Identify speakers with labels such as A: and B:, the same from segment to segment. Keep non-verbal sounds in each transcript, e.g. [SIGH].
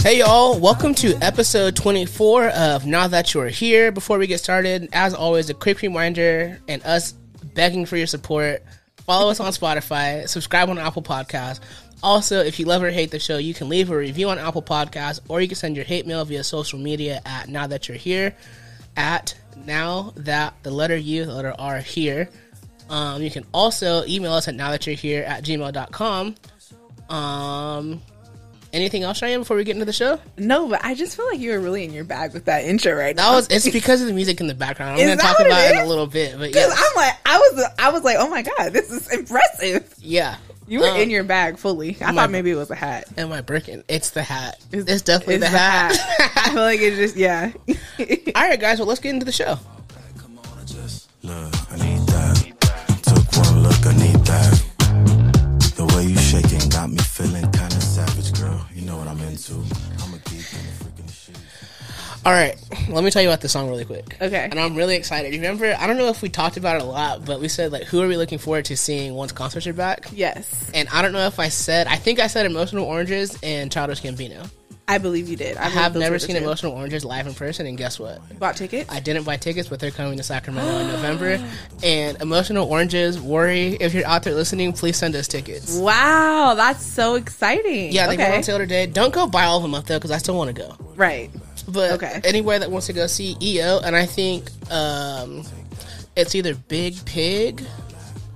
A: Hey y'all, welcome to episode 24 of Now That You're Here. Before we get started, as always, a quick reminder and us begging for your support. Follow us on Spotify, subscribe on Apple Podcasts. Also, if you love or hate the show, you can leave a review on Apple Podcasts or you can send your hate mail via social media at Now That You're Here at Now That the letter U, the letter R here. Um, you can also email us at Now That You're Here at gmail.com. Um, anything else, Cheyenne, before we get into the show?
B: No, but I just feel like you were really in your bag with that intro right
A: That
B: now.
A: was it's because of the music in the background. I'm
B: Is
A: going to
B: that
A: talk
B: what it
A: about it, in a
B: is?
A: little bit, but
B: Because
A: yeah,
B: I'm like, I was, I was like, oh my god, this is impressive.
A: yeah.
B: You were
A: Um,
B: in your bag fully. I
A: my-
B: thought maybe it was a hat.
A: Am I breaking? It's the hat. It's, definitely
B: It's
A: the, hat.
B: [LAUGHS] I feel like it's just yeah. [LAUGHS]
A: All right, guys. Well, let's get into the show.
C: Come on, I just look. I need that. Took one look. I need that. The way you shaking got me feeling kind of savage, girl. You know what I'm into. I'm a geek and a freak in the shit.
A: All right, let me tell you about this song really quick.
B: Okay.
A: And I'm really excited. You Remember, I don't know if we talked about it a lot, but we said like, who are we looking forward to seeing once concerts are back?
B: yes,
A: And I don't know if I said. I think I said Emotional Oranges and Childish Gambino.
B: I believe you did. I,
A: I have never seen
B: it.
A: Emotional Oranges live in person, and guess what?
B: Bought tickets.
A: I didn't buy tickets, but they're coming to Sacramento in November. And Emotional Oranges, worry if you're out there listening, please send us tickets.
B: wow, that's so exciting.
A: Yeah, they went
B: okay.
A: on sale today. Don't go buy all of them up though, because I still want to go.
B: right.
A: But
B: Okay.
A: anywhere that wants to go see EO, and I think um, it's either Big Pig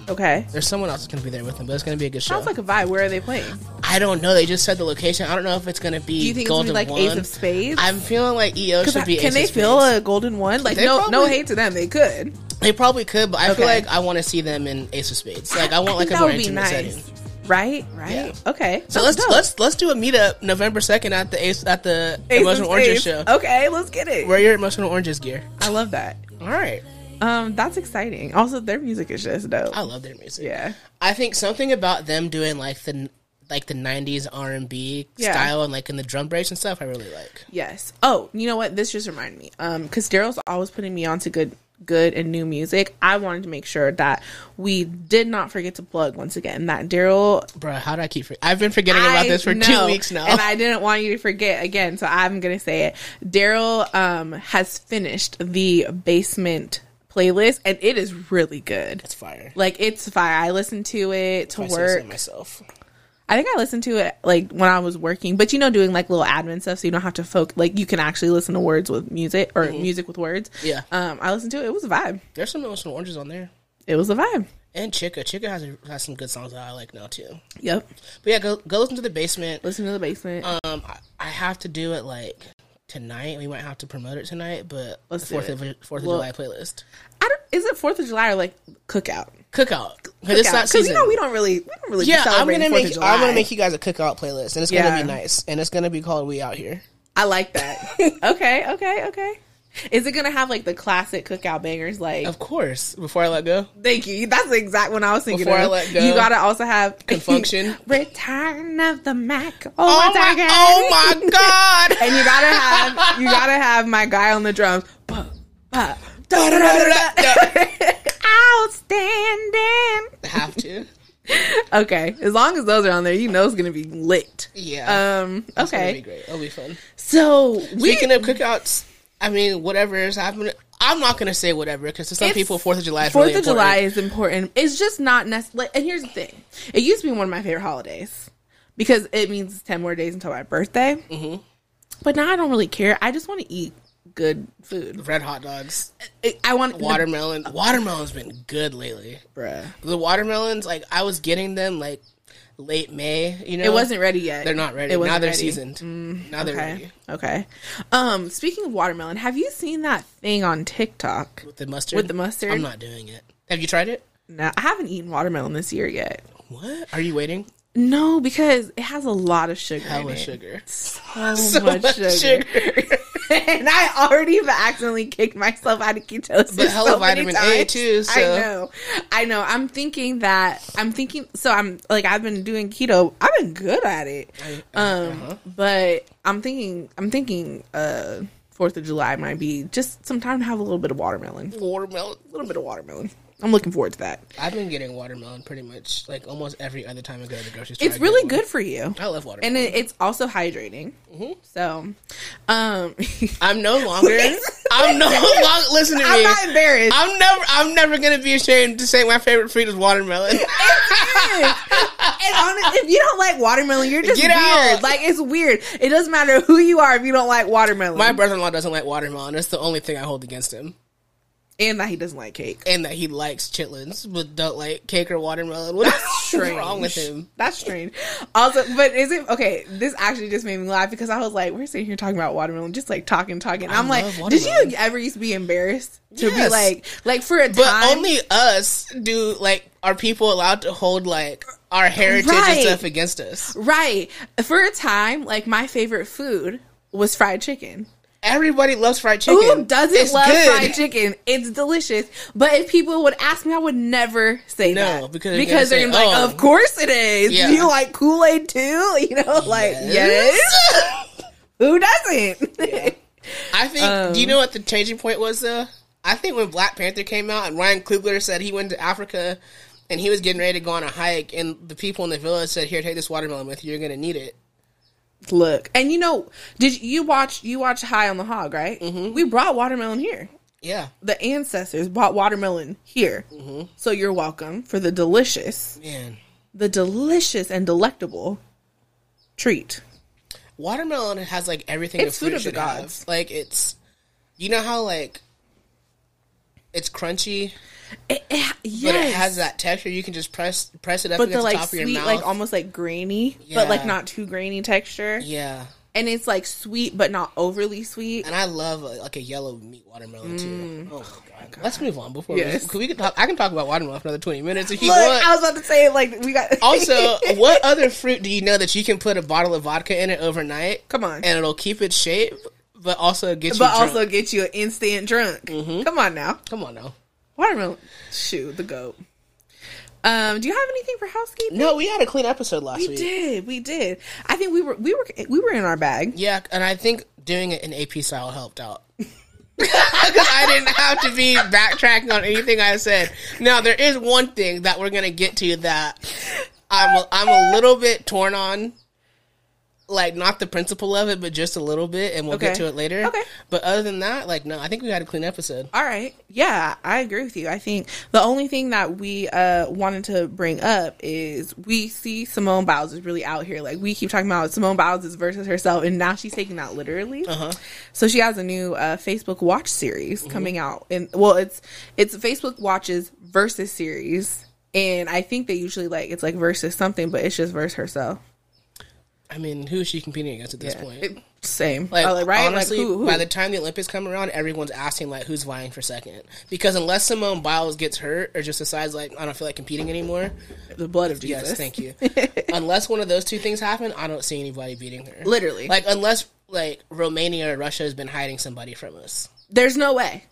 B: Okay.
A: or someone else is going to be there with them. But it's going to be a good show.
B: Sounds like a vibe. Where are they playing?
A: I don't know. They just said the location. I don't know if it's going to be.
B: Do you think
A: Golden
B: it's gonna be like
A: One.
B: Ace of Spades?
A: I'm feeling like EO
B: 'Cause
A: should
B: I-
A: be.
B: can
A: Ace
B: they
A: of
B: feel
A: Spades.
B: a golden one? Like
A: They
B: no, no
A: probably-
B: hate to them. They could.
A: They probably could, but I feel
B: Okay.
A: like I want to see them in Ace of Spades. Like I want
B: I
A: like
B: think
A: a
B: [LAUGHS] that
A: more
B: would be
A: intimate
B: nice.
A: setting.
B: Right. Right.
A: Yeah.
B: Okay.
A: So let's let's let's do a meetup November second at the Ace at the
B: Ace of
A: Emotional Oranges show.
B: Spades. Okay, let's get it.
A: Wear your emotional oranges gear.
B: I love that.
A: All right,
B: Um, that's exciting. Also, their music is just dope.
A: I love their music.
B: yeah,
A: I think something about them doing like the like the '90s R&B
B: Yeah.
A: style and like in the drum breaks and stuff. I really like.
B: yes. Oh, you know what? This just reminded me. Um, because Daryl's always putting me on to good, good and new music. I wanted to make sure that we did not forget to plug once again that Daryl.
A: Bruh, how did I keep? For- I've been forgetting about
B: I
A: this for two
B: know,
A: weeks now.
B: and I didn't want you to forget again. So I'm gonna say it. Daryl um has finished the basement playlist, and it is really good.
A: it's fire.
B: Like it's fire. I listened to it to
A: I say so
B: work.
A: myself.
B: I think I listened to it like when I was working, but you know, doing like little admin stuff, so you don't have to folk. Like you can actually listen to words with music or music with words.
A: Mm-hmm. Yeah.
B: Um, I listened to it. It was a vibe.
A: There's some emotional oranges on there.
B: It was a vibe.
A: And Chica, Chica has a, has some good songs that I like now too.
B: Yep.
A: But yeah, go go listen to the basement.
B: Listen to the basement.
A: Um, I, I have to do it like tonight. We might have to promote it tonight, but
B: Let's
A: the
B: do
A: Fourth
B: it.
A: of Fourth of
B: Well-
A: July playlist
B: I don't, is it Fourth of July or like cookout?
A: cookout. 'Cause it's not
B: Because you
A: season.
B: know we don't really we don't really.
A: yeah, I'm
B: celebrate
A: gonna
B: Fourth of
A: make
B: July.
A: I'm gonna make you guys a cookout playlist, and it's gonna
B: Yeah.
A: be nice, and it's gonna be called "We Out Here."
B: I
A: [LAUGHS]
B: like that. okay. Okay. Okay. Is it gonna have like the classic cookout bangers? Like
A: Of course. Before I let go,
B: Thank you. That's the exact one I was thinking
A: Before I
B: of.
A: let go.
B: You gotta also have
A: Confunction.
B: [LAUGHS] Return of the Mac. Oh,
A: oh
B: once
A: my,
B: again.
A: oh my god! [LAUGHS]
B: And you gotta have you gotta have my guy on the drums. Bah, bah, da, da, da, da, da. [LAUGHS] Outstanding.
A: have to.
B: Okay, as long as those are on there, you know it's gonna be lit.
A: Yeah.
B: Um.
A: It's gonna be
B: Okay.
A: great. It'll be fun.
B: So we
A: Speaking of cookouts, I mean, whatever is happening, I'm not gonna say whatever because to some
B: It's-
A: people, Fourth of July is
B: Fourth
A: really
B: of
A: important.
B: July is important. It's just not necessarily. And here's the thing: it used to be one of my favorite holidays because it means ten more days until my birthday.
A: Mm-hmm.
B: But now I don't really care. I just want to eat good food.
A: Red hot dogs,
B: I- I want
A: watermelon. Watermelon's been good lately.
B: Bruh.
A: The watermelons, like I was getting them like late May. You know,
B: It wasn't ready yet.
A: They're not ready.
B: It wasn't
A: now they're
B: ready. Mm,
A: seasoned. now they're
B: Okay.
A: ready
B: Okay. Um. Speaking of watermelon, have you seen that thing on TikTok?
A: with the mustard.
B: With the mustard?
A: I'm not doing it. Have you tried it?
B: No, I haven't eaten watermelon this year yet.
A: What? Are you waiting?
B: No, because it has a lot of sugar. in
A: Hella
B: it.
A: sugar. [LAUGHS]
B: So, much,
A: much
B: sugar.
A: sugar.
B: and I already have accidentally kicked myself out of ketosis.
A: But hella
B: so many
A: vitamin A
B: times.
A: too,
B: I
A: so-
B: know, I know. I'm thinking that I'm thinking. So I'm like I've been doing keto. I've been good at it. Um,
A: uh-huh.
B: but I'm thinking. I'm thinking. Uh, Fourth of July might be just some time to have a little bit of watermelon.
A: Watermelon.
B: A little bit of watermelon. I'm looking forward to that.
A: I've been getting watermelon pretty much like almost every other time I go to the grocery store. I
B: It's
A: get
B: really
A: one.
B: good for you,
A: I love watermelon.
B: and it, it's also hydrating.
A: Mm-hmm.
B: So, um, [LAUGHS]
A: I'm no longer. I'm no longer. Listen to
B: I'm
A: me.
B: not embarrassed.
A: I'm never. I'm never gonna be ashamed to say my favorite fruit is watermelon.
B: and honest, if you don't like watermelon, you're just
A: Get
B: weird.
A: out.
B: Like it's weird. It doesn't matter who you are if you don't like watermelon.
A: my brother-in-law doesn't like watermelon. That's the only thing I hold against him,
B: and that he doesn't like cake.
A: and that he likes chitlins but don't like cake or watermelon. What's [LAUGHS]
B: Strange.
A: wrong with him?
B: That's strange. Also, but is it okay? This actually just made me laugh because I was like, we're sitting here talking about watermelon, just like talking, talking. I'm like,
A: love
B: did you
A: watermelon.
B: ever used to be embarrassed to be
A: Yes.
B: like, like for a time?
A: But only us do like. Are people allowed to hold like our heritage
B: Right.
A: and stuff against us?
B: right for a time, like my favorite food was fried chicken.
A: Everybody loves fried chicken.
B: Who doesn't
A: It's
B: love
A: good.
B: fried chicken? It's delicious. But if people would ask me, I would never say
A: No,
B: that.
A: because they're
B: because
A: gonna say,
B: they're gonna be like,
A: "Oh."
B: of course it is.
A: Yeah.
B: Do you like Kool Aid too? [LAUGHS] You know, like yes. [LAUGHS] Who doesn't?
A: I think. do
B: Um.
A: you know what the changing point was though? I think when Black Panther came out and Ryan Coogler said he went to Africa and he was getting ready to go on a hike, and the people in the village said, "Here, take this watermelon with you. You're gonna need it."
B: [LAUGHS] Look, and you know, did you watch? You watched High on the Hog, right? We brought watermelon here.
A: Yeah,
B: The ancestors brought watermelon here. So you're welcome for the delicious,
A: man.
B: the delicious and delectable treat.
A: Watermelon has like everything.
B: It's
A: a
B: food of the
A: should
B: gods.
A: have. Like it's, you know how like it's crunchy,
B: It, it, yes.
A: but it has that texture. You can just press press it up
B: but
A: against
B: the
A: the,
B: like
A: top of your
B: sweet,
A: mouth.
B: like almost like grainy, but like
A: Yeah.
B: not too grainy texture.
A: yeah,
B: And it's like sweet, but not overly sweet.
A: and I love uh, like a yellow meat watermelon too. Oh my god! Let's move on before
B: Mm. Yes.
A: we, 'cause we can talk. I can talk about watermelon for another twenty minutes if you
B: Look,
A: want.
B: I was about to say like we got
A: [LAUGHS]
B: [LAUGHS]
A: also, what other fruit do you know that you can put a bottle of vodka in it overnight?
B: Come on.
A: and it'll keep its shape, but also get you.
B: but
A: drunk? Mm-hmm.
B: also get you an instant drunk. Come on now,
A: come on now.
B: watermelon. Shoot the goat. Um, do you have anything for housekeeping?
A: No, we had a clean episode last
B: We
A: week.
B: did, we did. I think we were we were we were in our bag.
A: Yeah, and I think doing it in AP style helped out. [LAUGHS] Because I didn't have to be backtracking on anything I said. Now there is one thing that we're gonna get to that I'm a, I'm a little bit torn on, like not the principle of it, but just a little bit, and we'll get
B: Okay.
A: to it later.
B: Okay.
A: But other than that, like no, I think we had a clean episode.
B: All right. Yeah, I agree with you. I think the only thing that we uh wanted to bring up is we see Simone Biles is really out here. Like we keep talking about Simone Biles is versus herself and now she's taking that literally.
A: Uh-huh.
B: So she has a new uh Facebook Watch series
A: Mm-hmm.
B: coming out and well it's it's Facebook Watches versus series and I think they usually like it's like versus something but it's just verse herself.
A: I mean, who is she competing against at this point?
B: It- same.
A: Like,
B: Uh, right?
A: honestly,
B: like who, who?
A: by the time the Olympics come around, everyone's asking like who's vying for second. Because unless Simone Biles gets hurt or just decides like I don't feel like competing anymore,
B: the blood of Jesus.
A: yes, thank
B: [LAUGHS]
A: you. unless one of those two things happen, I don't see anybody beating her.
B: Literally.
A: like unless like Romania or Russia has been hiding somebody from us.
B: There's no way.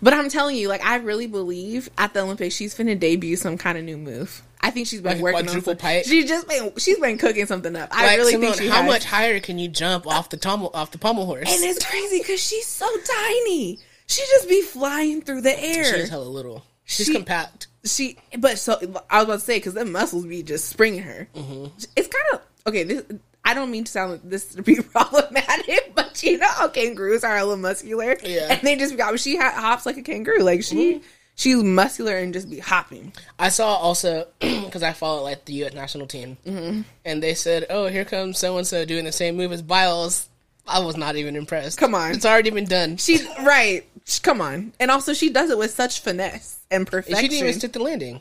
B: But I'm telling you, like I really believe at the Olympics she's finna debut some kind of new move. I think she's
A: Like
B: been
A: a
B: working on
A: quadruple
B: some-
A: pipe?
B: She's just been she's been cooking something up. I
A: Like,
B: really
A: Simone,
B: think she
A: how
B: has.
A: much higher can you jump off the tumble off the pommel horse?
B: And it's crazy because she's so tiny. She just be flying through the air.
A: She's hella little. She's
B: She-
A: compact.
B: she but so I was about to say because the muscles be just springing her.
A: Mm-hmm.
B: It's kind of okay. This I don't mean to sound like this to be [LAUGHS] problematic, but you know how kangaroos are a little muscular,
A: Yeah.
B: and they just got she ha- hops like a kangaroo, like she she's muscular and just be hopping.
A: I saw also [CLEARS THROAT] because I follow like the U.S. national team,
B: Mm-hmm.
A: and they said, "Oh, here comes so and so doing the same move as Biles." I was not even impressed.
B: Come on.
A: it's already been done. She,
B: She right, Sh- come on, and also she does it with such finesse and perfection.
A: didn't even stick the landing.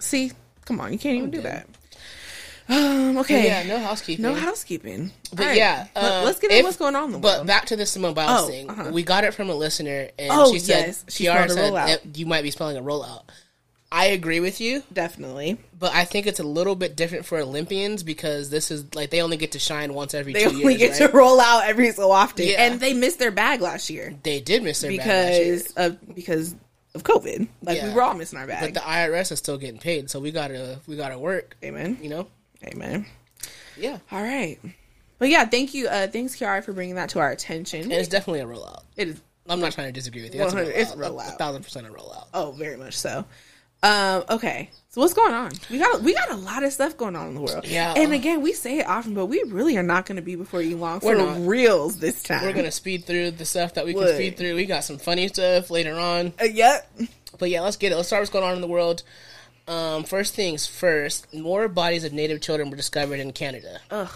B: See, come on, you can't even do that. Um, okay,
A: Yeah, no housekeeping.
B: no housekeeping,
A: but
B: All right.
A: yeah,
B: Let-
A: um,
B: let's get into
A: if-
B: what's going on. In the
A: but
B: world.
A: back to the Simone Biles
B: Oh,
A: thing.
B: uh-huh.
A: We got it from a listener, and
B: Oh,
A: she said,
B: yes. She
A: "She already
B: spelled a
A: said
B: rollout.
A: that you might be spelling a rollout." I agree with you,
B: definitely.
A: but I think it's a little bit different for Olympians because this is like they only get to shine once every
B: they
A: two
B: only
A: years.
B: get
A: right?
B: [LAUGHS] to roll out every so often,
A: Yeah.
B: and they missed their bag last year
A: they did miss their bag last year.
B: because of because of COVID. Like we
A: Yeah.
B: were all missing our
A: But
B: bag.
A: the IRS is still getting paid, so we gotta we gotta work.
B: Amen.
A: You know?
B: Amen.
A: Yeah.
B: All right. But yeah, thank you. Uh, thanks, Kiara, for bringing that to our attention.
A: And it's definitely a rollout.
B: It is
A: I'm not trying to disagree with you. That's a
B: 100 it's
A: rollout.
B: rollout.
A: A thousand percent a rollout.
B: Oh, very much so. Um, okay, so what's going on? We got we got a lot of stuff going on in the world.
A: Yeah.
B: and again, we say it often, but we really are not going to be before you long for
A: not.
B: reals this time.
A: We're gonna speed through the stuff that we can
B: Would.
A: speed through. We got some funny stuff later on.
B: Uh, yep.
A: But yeah, let's get it. Let's start what's going on in the world. Um, first things first, more bodies of native children were discovered in Canada.
B: Ugh.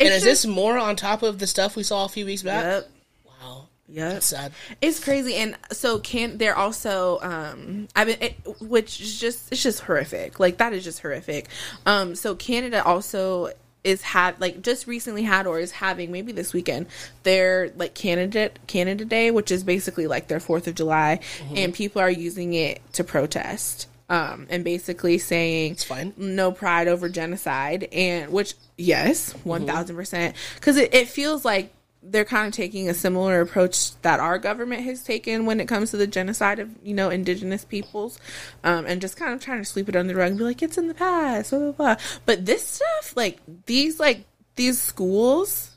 A: and
B: It's
A: is this more on top of the stuff we saw a few weeks back?
B: Yep.
A: Wow.
B: Yep.
A: That's sad.
B: It's crazy, and so can they're also um I've been it, which is just it's just horrific. Like that is just horrific. Um, so Canada also is had like just recently had or is having maybe this weekend their like candidate Canada Day, which is basically like their Fourth of July, and people are using it to protest. Um, and basically saying it's
A: fine.
B: no pride over genocide and which yes 1000% percent because it, it feels like they're kind of taking a similar approach that our government has taken when it comes to the genocide of you know indigenous peoples um, and just kind of trying to sweep it under the rug and be like it's in the past blah blah blah but this stuff like these like these schools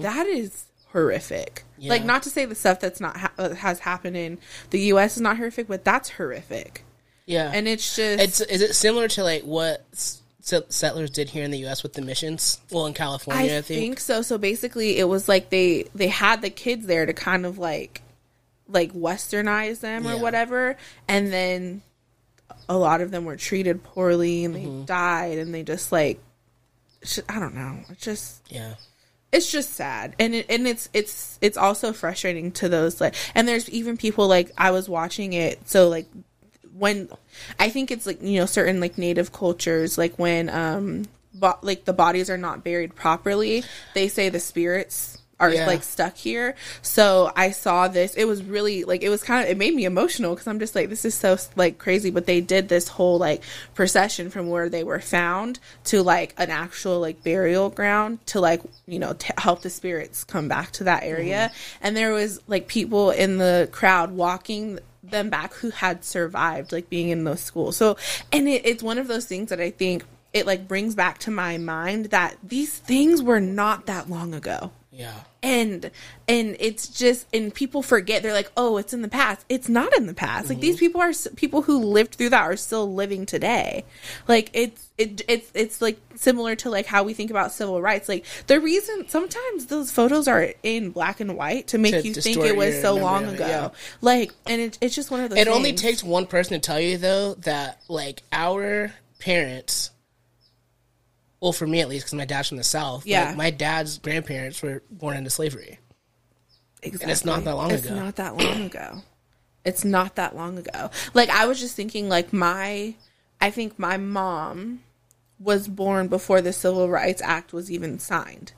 B: that is horrific like
A: Mm-hmm. Yeah.
B: not to say the stuff that's not ha- uh, has happened in the us is not horrific but that's horrific
A: Yeah.
B: and it's just
A: it's is it similar to like what s- settlers did here in the U.S. with the missions? Well, in California, I think.
B: so. So basically, it was like they they had the kids there to kind of like like westernize them or
A: Yeah.
B: whatever, and then a lot of them were treated poorly and they
A: Mm-hmm.
B: died, and they just like it's ju- I don't know. It's just
A: Yeah.
B: it's just sad, and it, and it's it's it's also frustrating to those like, and there's even people like I was watching it, so like when I think it's like you know certain like native cultures like when um bo- like the bodies are not buried properly they say the spirits are
A: Yeah.
B: like stuck here so I saw this it was really like it was kind of it made me emotional because I'm just like this is so like crazy but they did this whole like procession from where they were found to like an actual like burial ground to like you know t- help the spirits come back to that area and there was like people in the crowd walking them back who had survived like being in those schools so and it, it's one of those things that i think it like brings back to my mind that these things were not that long ago
A: Yeah.
B: and and it's just and people forget they're like oh it's in the past it's not in the past like
A: Mm-hmm.
B: these people are s- people who lived through that are still living today like it's it, it's it's like similar to like how we think about civil rights like the reason sometimes those photos are in black and white to make
A: To
B: you think
A: distort
B: it was
A: your
B: so
A: memory
B: long
A: of it,
B: ago
A: yeah.
B: like and it, it's just one of those
A: It only
B: things.
A: takes one person to tell you though that like our parents. Well, for me at least, because my dad's from the south. like,
B: Yeah.
A: my dad's grandparents were born into slavery.
B: Exactly.
A: it's not that long
B: It's
A: ago.
B: not that long ago. It's not that long ago. Like I was just thinking, like my, I think my mom was born before the Civil Rights Act was even signed.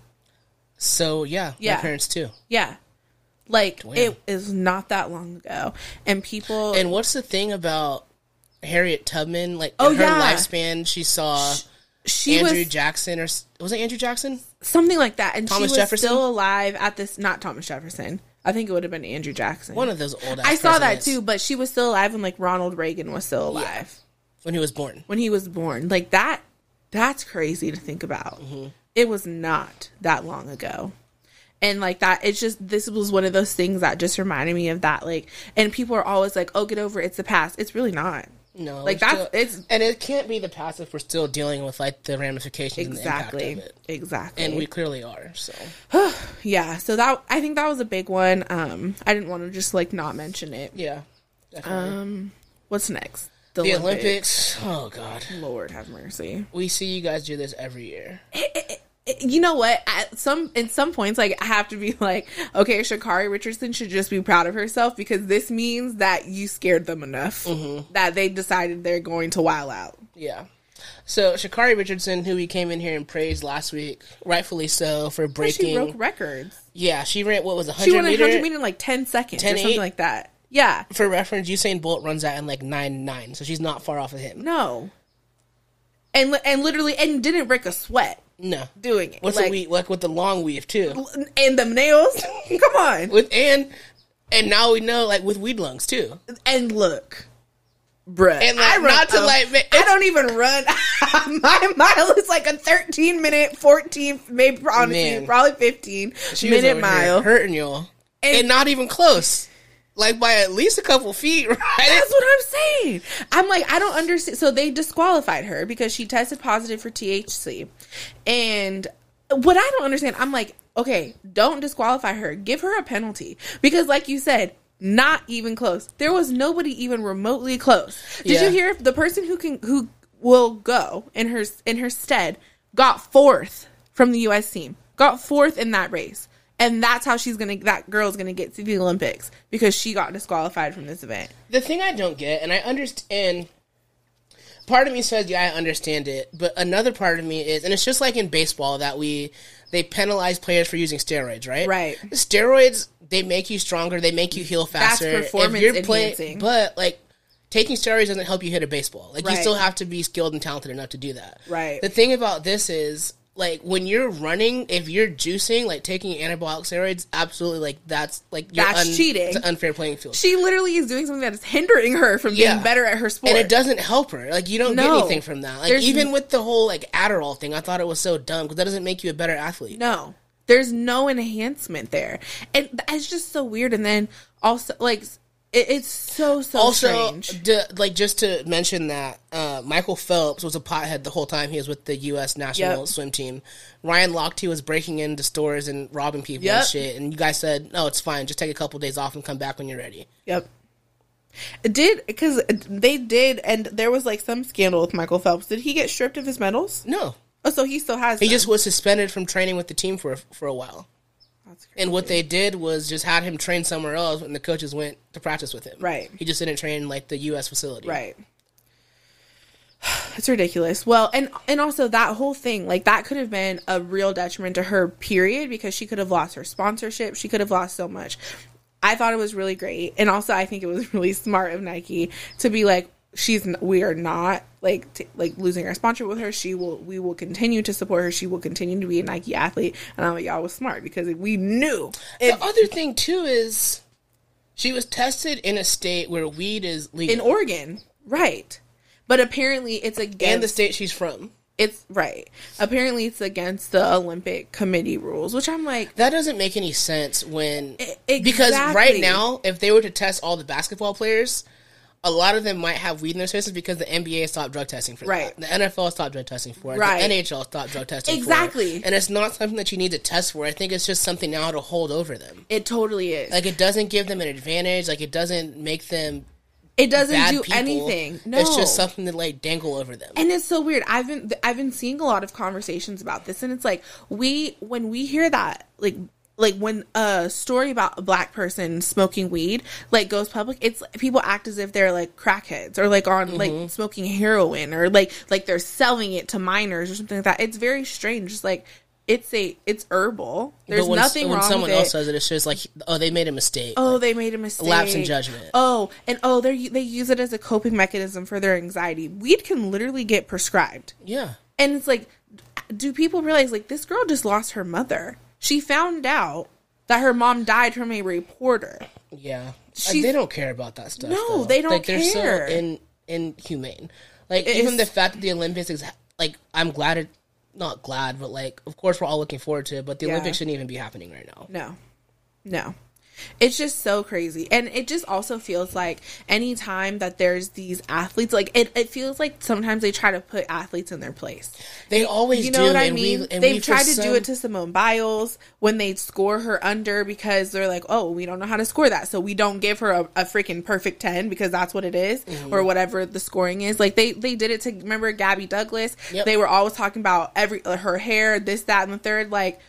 A: So yeah,
B: Yeah.
A: my parents too.
B: Yeah, like
A: Damn.
B: it is not that long ago, and people
A: And what's the thing about Harriet Tubman? Like
B: Oh,
A: in her
B: yeah.
A: lifespan, she saw
B: she
A: Andrew
B: was
A: Jackson or s- was it Andrew Jackson?
B: something like that, and she
A: Thomas
B: was
A: Jefferson?
B: still alive at this. Not Thomas Jefferson. I think it would have been Andrew Jackson.
A: One of those old.
B: I saw that too, but she was still alive when like Ronald Reagan was still alive.
A: when he was born.
B: when he was born. Like that, that's crazy to think about. It was not that long ago. And like that, it's just, this was one of those things that just reminded me of that. Like, and people are always like, oh, get over it. It's the past. It's really not.
A: No,
B: Like,
A: we're
B: that's-
A: still-
B: it's-
A: and it can't be the past if we're still dealing with like the ramifications and
B: Exactly.
A: the impact of it,
B: Exactly.
A: and we clearly are. So
B: yeah. So that, I think that was a big one. Um, I didn't want to just like not mention it.
A: yeah, definitely.
B: What's next?
A: the Olympics. Oh God,
B: Lord have mercy.
A: we see you guys do this every year.
B: you know what at some in some points like i have to be like okay shakari richardson should just be proud of herself because this means that you scared them enough
A: Mm-hmm.
B: that they decided they're going to wild out
A: Yeah. So Shakari Richardson, who we came in here and praised last week, rightfully so for
B: she
A: breaking.
B: broke records
A: yeah, she ran what was a
B: she
A: hundred
B: won
A: meter.
B: 100 meter in like 10 seconds or
A: 10,
B: something
A: eight?
B: like that yeah
A: For reference, Usain Bolt runs that in like nine nine, so she's not far off of him.
B: no and li- and literally and didn't break a sweat
A: No,
B: doing it
A: what's
B: like,
A: the weave? Like with the long weave too.
B: and them nails [LAUGHS] come on
A: With and and now we know like with weed lungs too.
B: and look, bruh.
A: And, like, not to,
B: a-
A: like, ma-
B: I don't even run. [LAUGHS] my mile is like a thirteen minute, fourteen, maybe honestly,
A: Man.
B: probably fifteen
A: She was
B: minute
A: over here
B: mile.
A: hurting y'all,
B: And-
A: and, not even close. like by at least a couple feet, [LAUGHS] right?
B: That's what I'm saying. I'm like, I don't understand. So they disqualified her because she tested positive for THC. And what I don't understand, I'm like, okay, don't disqualify her. Give her a penalty. Because, like you said, not even close. There was nobody even remotely close. Did
A: Yeah.
B: you hear the person who can who will go in her in her stead got fourth from the US team. Got fourth in that race. And that's how she's gonna that girl's gonna get to the Olympics because she got disqualified from this event.
A: The thing I don't get, and I understand. Part of me says, "Yeah, I understand it," but another part of me is, and it's just like in baseball that we they penalize players for using steroids, right?
B: Right.
A: Steroids they make you stronger, they make you heal faster. If
B: performance
A: you're play-
B: enhancing.
A: but like taking steroids doesn't help you hit a baseball. Like you
B: Right.
A: still have to be skilled and talented enough to do that.
B: Right.
A: The thing about this is like when you're running, if you're juicing, like taking anabolic steroids, absolutely, like that's like you're
B: That's cheating.
A: It's an unfair playing field.
B: She literally is doing something that is hindering her from getting
A: Yeah.
B: better at her sport.
A: and it doesn't help her. Like you don't get
B: No.
A: anything from that. Like
B: There's-
A: even with the whole like Adderall thing, I thought it was so dumb because that doesn't make you a better athlete.
B: No, there's no enhancement there, and th- it's just so weird. And then also, like, it, it's so so
A: also,
B: strange.
A: d- like just to mention that uh, Michael Phelps was a pothead the whole time he was with the U.S. national
B: Yep.
A: swim team. Ryan Lochte was breaking into stores and robbing people and
B: Yep.
A: shit. And you guys said, "No, it's fine. Just take a couple days off and come back when you're ready."
B: Yep. It did because they did, and there was like some scandal with Michael Phelps. Did he get stripped of his medals?
A: No,
B: Oh, so he still has.
A: he
B: them.
A: just was suspended from training with the team for a, for a while.
B: That's crazy.
A: And what they did was just had him train somewhere else, and the coaches went to practice with him.
B: Right.
A: He just didn't train in, like the U.S. facility.
B: Right. It's ridiculous. Well, and and also that whole thing, like that could have been a real detriment to her period because she could have lost her sponsorship. She could have lost so much. I thought it was really great. And also I think it was [LAUGHS] really smart of Nike to be like she's n- we are not like t- like losing our sponsorship with her. She will we will continue to support her. She will continue to be a Nike athlete. And I'm like y'all was smart because we knew.
A: the other thing too is she was tested in a state where weed is legal,
B: in Oregon. Right. But apparently it's against
A: and the state she's from.
B: It's right. Apparently, it's against the Olympic Committee rules, which I'm like,
A: That doesn't make any sense when
B: E-
A: because right
B: exactly.
A: now, if they were to test all the basketball players, a lot of them might have weed in their systems because the NBA stopped drug testing for
B: Right.
A: that. The NFL stopped drug testing for it.
B: Right.
A: The NHL stopped drug testing for
B: Exactly.
A: it. And it's not something that you need to test for. I think it's just something now to hold over them.
B: it totally is.
A: Like it doesn't give them an advantage. Like it doesn't make them
B: it doesn't
A: bad
B: do
A: people.
B: anything. No,
A: it's just something to like dangle over them.
B: And it's so weird. I've been I've been seeing a lot of conversations about this, and it's like we when we hear that like like when a story about a black person smoking weed like goes public it's people act as if they're like crackheads or like on
A: Mm-hmm.
B: like smoking heroin or like like they're selling it to minors or something like that it's very strange It's like it's a it's herbal there's
A: when,
B: nothing
A: when
B: wrong
A: someone
B: with
A: else
B: it.
A: says it, it's just like, oh, they made a mistake.
B: oh they made a mistake
A: lapse in judgment.
B: oh and oh they they use it as a coping mechanism for their anxiety weed can literally get prescribed
A: yeah.
B: and it's like do people realize like this girl just lost her mother she found out that her mom died from a reporter
A: Yeah.
B: She's-
A: they don't care about that stuff.
B: No,
A: though.
B: they don't
A: like, They're so
B: care.
A: in, inhumane. Like,
B: It
A: even
B: is-
A: the fact that the Olympics is, like, I'm glad it, not glad, but like, of course we're all looking forward to it, but the
B: Yeah.
A: Olympics shouldn't even be happening right now.
B: no no it's just so crazy and it just also feels like anytime that there's these athletes like it, it feels like sometimes they try to put athletes in their place
A: They always
B: you
A: do.
B: know what I
A: and we-
B: mean?
A: and we
B: They've
A: for
B: tried to
A: some-
B: do it to Simone Biles when they score her under because they're like, oh, we don't know how to score that, so we don't give her a, a freaking perfect ten because that's what it is,
A: Mm-hmm.
B: or whatever the scoring is. Like they they did it to remember Gabby Douglas.
A: Yep.
B: They were always talking about every her hair, this, that, and the third. Like,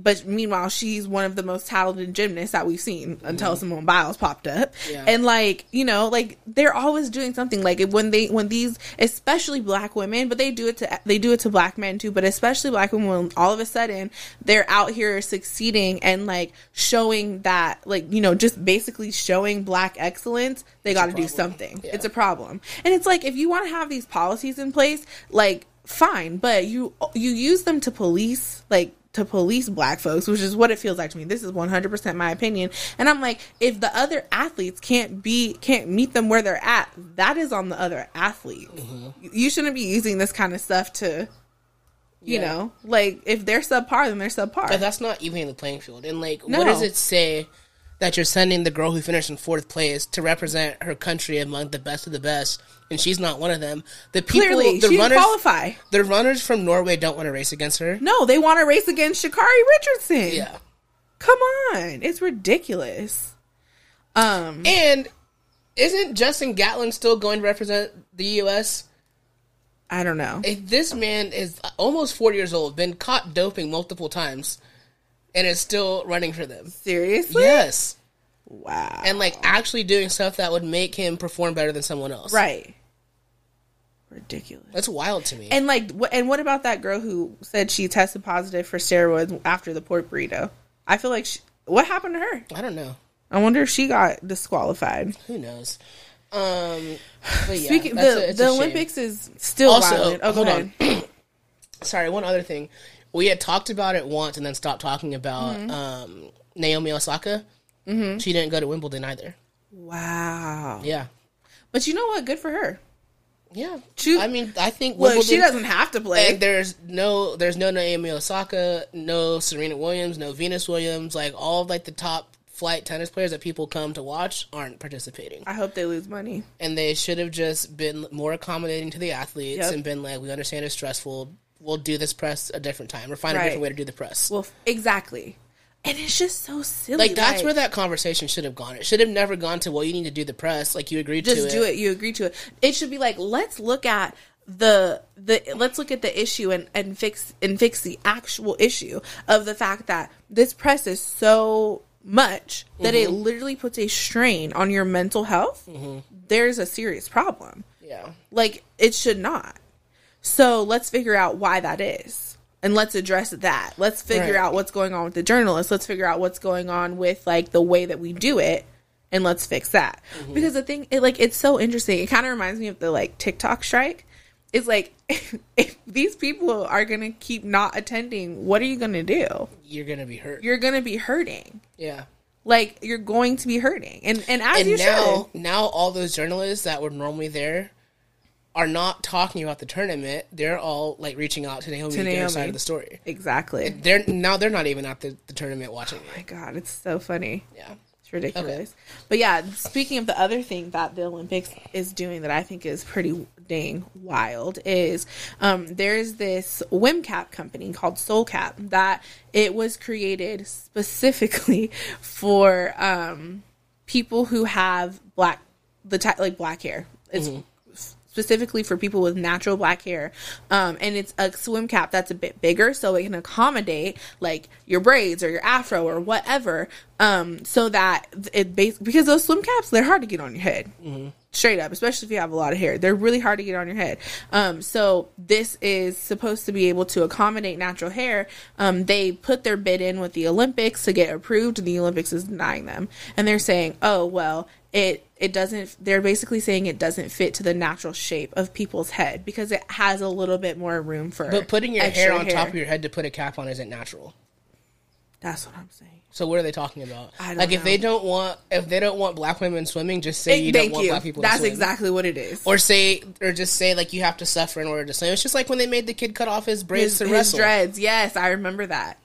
B: but meanwhile, she's one of the most talented gymnasts that we've seen until Simone Biles popped up,
A: Yeah.
B: and like you know, like they're always doing something. Like when they when these, especially black women, but they do it to they do it to black men too. But especially black women, when all of a sudden they're out here succeeding and like showing that, like you know, just basically showing black excellence, they got to do something. It's a problem, and it's like if you want to have these policies in place, like fine, but you you use them to police like to police black folks, which is what it feels like to me. This is 100% my opinion. And I'm like, if the other athletes can't be can't meet them where they're at, that is on the other athlete.
A: Mm-hmm.
B: You- You shouldn't be using this kind of stuff to you
A: Yeah.
B: know, like if they're subpar, then they're subpar.
A: But that's not even in the playing field. And like,
B: No.
A: what does it say that you're sending the girl who finished in fourth place to represent her country among the best of the best, and she's not one of them. The people,
B: Clearly,
A: the
B: she didn't
A: runners,
B: qualify.
A: the runners from Norway don't want to race against her.
B: No, they want to race against Shakari Richardson.
A: Yeah,
B: Come on. It's ridiculous. Um
A: and isn't Justin Gatlin still going to represent the U.S.?
B: I don't know.
A: If this man is almost 40 years old, been caught doping multiple times, and is still running for them.
B: Seriously?
A: Yes.
B: Wow.
A: And like actually doing stuff that would make him perform better than someone else.
B: right. Ridiculous.
A: That's wild to me.
B: And like wh- and what about that girl who said she tested positive for steroids after the pork burrito? I feel like she, what happened to her?
A: I don't know.
B: I wonder if she got disqualified.
A: Who knows? Um, but yeah,
B: Speaking
A: that's a-
B: the
A: it's a
B: the
A: shame.
B: Olympics is still
A: Also,
B: violent.
A: hold
B: go
A: on.
B: ahead.
A: Sorry, one other thing. We had talked about it once and then stopped talking about
B: Mm-hmm.
A: um, Naomi Osaka. She didn't go to Wimbledon either.
B: Wow.
A: Yeah,
B: But you know what? Good for her.
A: yeah.
B: She-
A: I mean, I think
B: Look,
A: Wimbledon.
B: she doesn't have to play.
A: and there's no, there's no Naomi Osaka, no Serena Williams, no Venus Williams. Like all of, like the top flight tennis players that people come to watch aren't participating.
B: I hope they lose money.
A: and they should have just been more accommodating to the athletes
B: Yep.
A: and been like, "We understand it's stressful. We'll do this press a different time, or find a
B: Right.
A: different way to do the press."
B: Well, f- exactly. And it's just so silly.
A: like that's where that conversation should have gone. It should have never gone to, "Well, you need to do the press." Like you agreed
B: just
A: to
B: do it. You agree to it. It should be like let's look at the the let's look at the issue and and fix and fix the actual issue of the fact that this press is so much that it literally puts a strain on your mental health. There's a serious problem.
A: Yeah,
B: Like it should not. So let's figure out why that is. And let's address that. Let's figure
A: Right.
B: out what's going on with the journalists. Let's figure out what's going on with like the way that we do it and let's fix that.
A: Mm-hmm.
B: Because the thing it like it's so interesting. It kind of reminds me of the like TikTok strike. It's like [LAUGHS] if these people are going to keep not attending, what are you going to do?
A: you're gonna be hurt.
B: You're going to be hurting.
A: yeah.
B: Like you're going to be hurting. And and as
A: And
B: you should.
A: now, now all those journalists that were normally there are not talking about the tournament. They're all like reaching out to Naomi to, get
B: Naomi.
A: her side of the story.
B: Exactly.
A: They're now they're not even at the, the tournament watching it.
B: Oh My god, it's so funny.
A: Yeah.
B: It's ridiculous. But yeah, speaking of the other thing that the Olympics is doing that I think is pretty dang wild is um, there's this WimCap company called SoulCap that it was created specifically [LAUGHS] for um, people who have black the type like black hair. It's specifically for people with natural black hair. Um, and it's a swim cap that's a bit bigger, so it can accommodate like your braids or your afro or whatever. Um, so that it bas- because those swim caps they're hard to get on your head. Straight up, especially if you have a lot of hair, they're really hard to get on your head. Um, so this is supposed to be able to accommodate natural hair. Um, they put their bid in with the Olympics to get approved, and the Olympics is denying them. And they're saying, "Oh well, it it doesn't they're basically saying it doesn't fit to the natural shape of people's head because it has a little bit more room for
A: But putting your hair on top of your head to put a cap on isn't natural.
B: that's what i'm saying
A: So what are they talking about?
B: I don't
A: like
B: know.
A: if they don't want if they don't want black women swimming, just say you don't
B: thank
A: want
B: you
A: black people.
B: that's
A: to swim.
B: exactly what it is
A: Or say or just say like you have to suffer in order to swim. It's just like when they made the kid cut off his braids
B: his,
A: to
B: his
A: wrestle.
B: dreads yes i remember that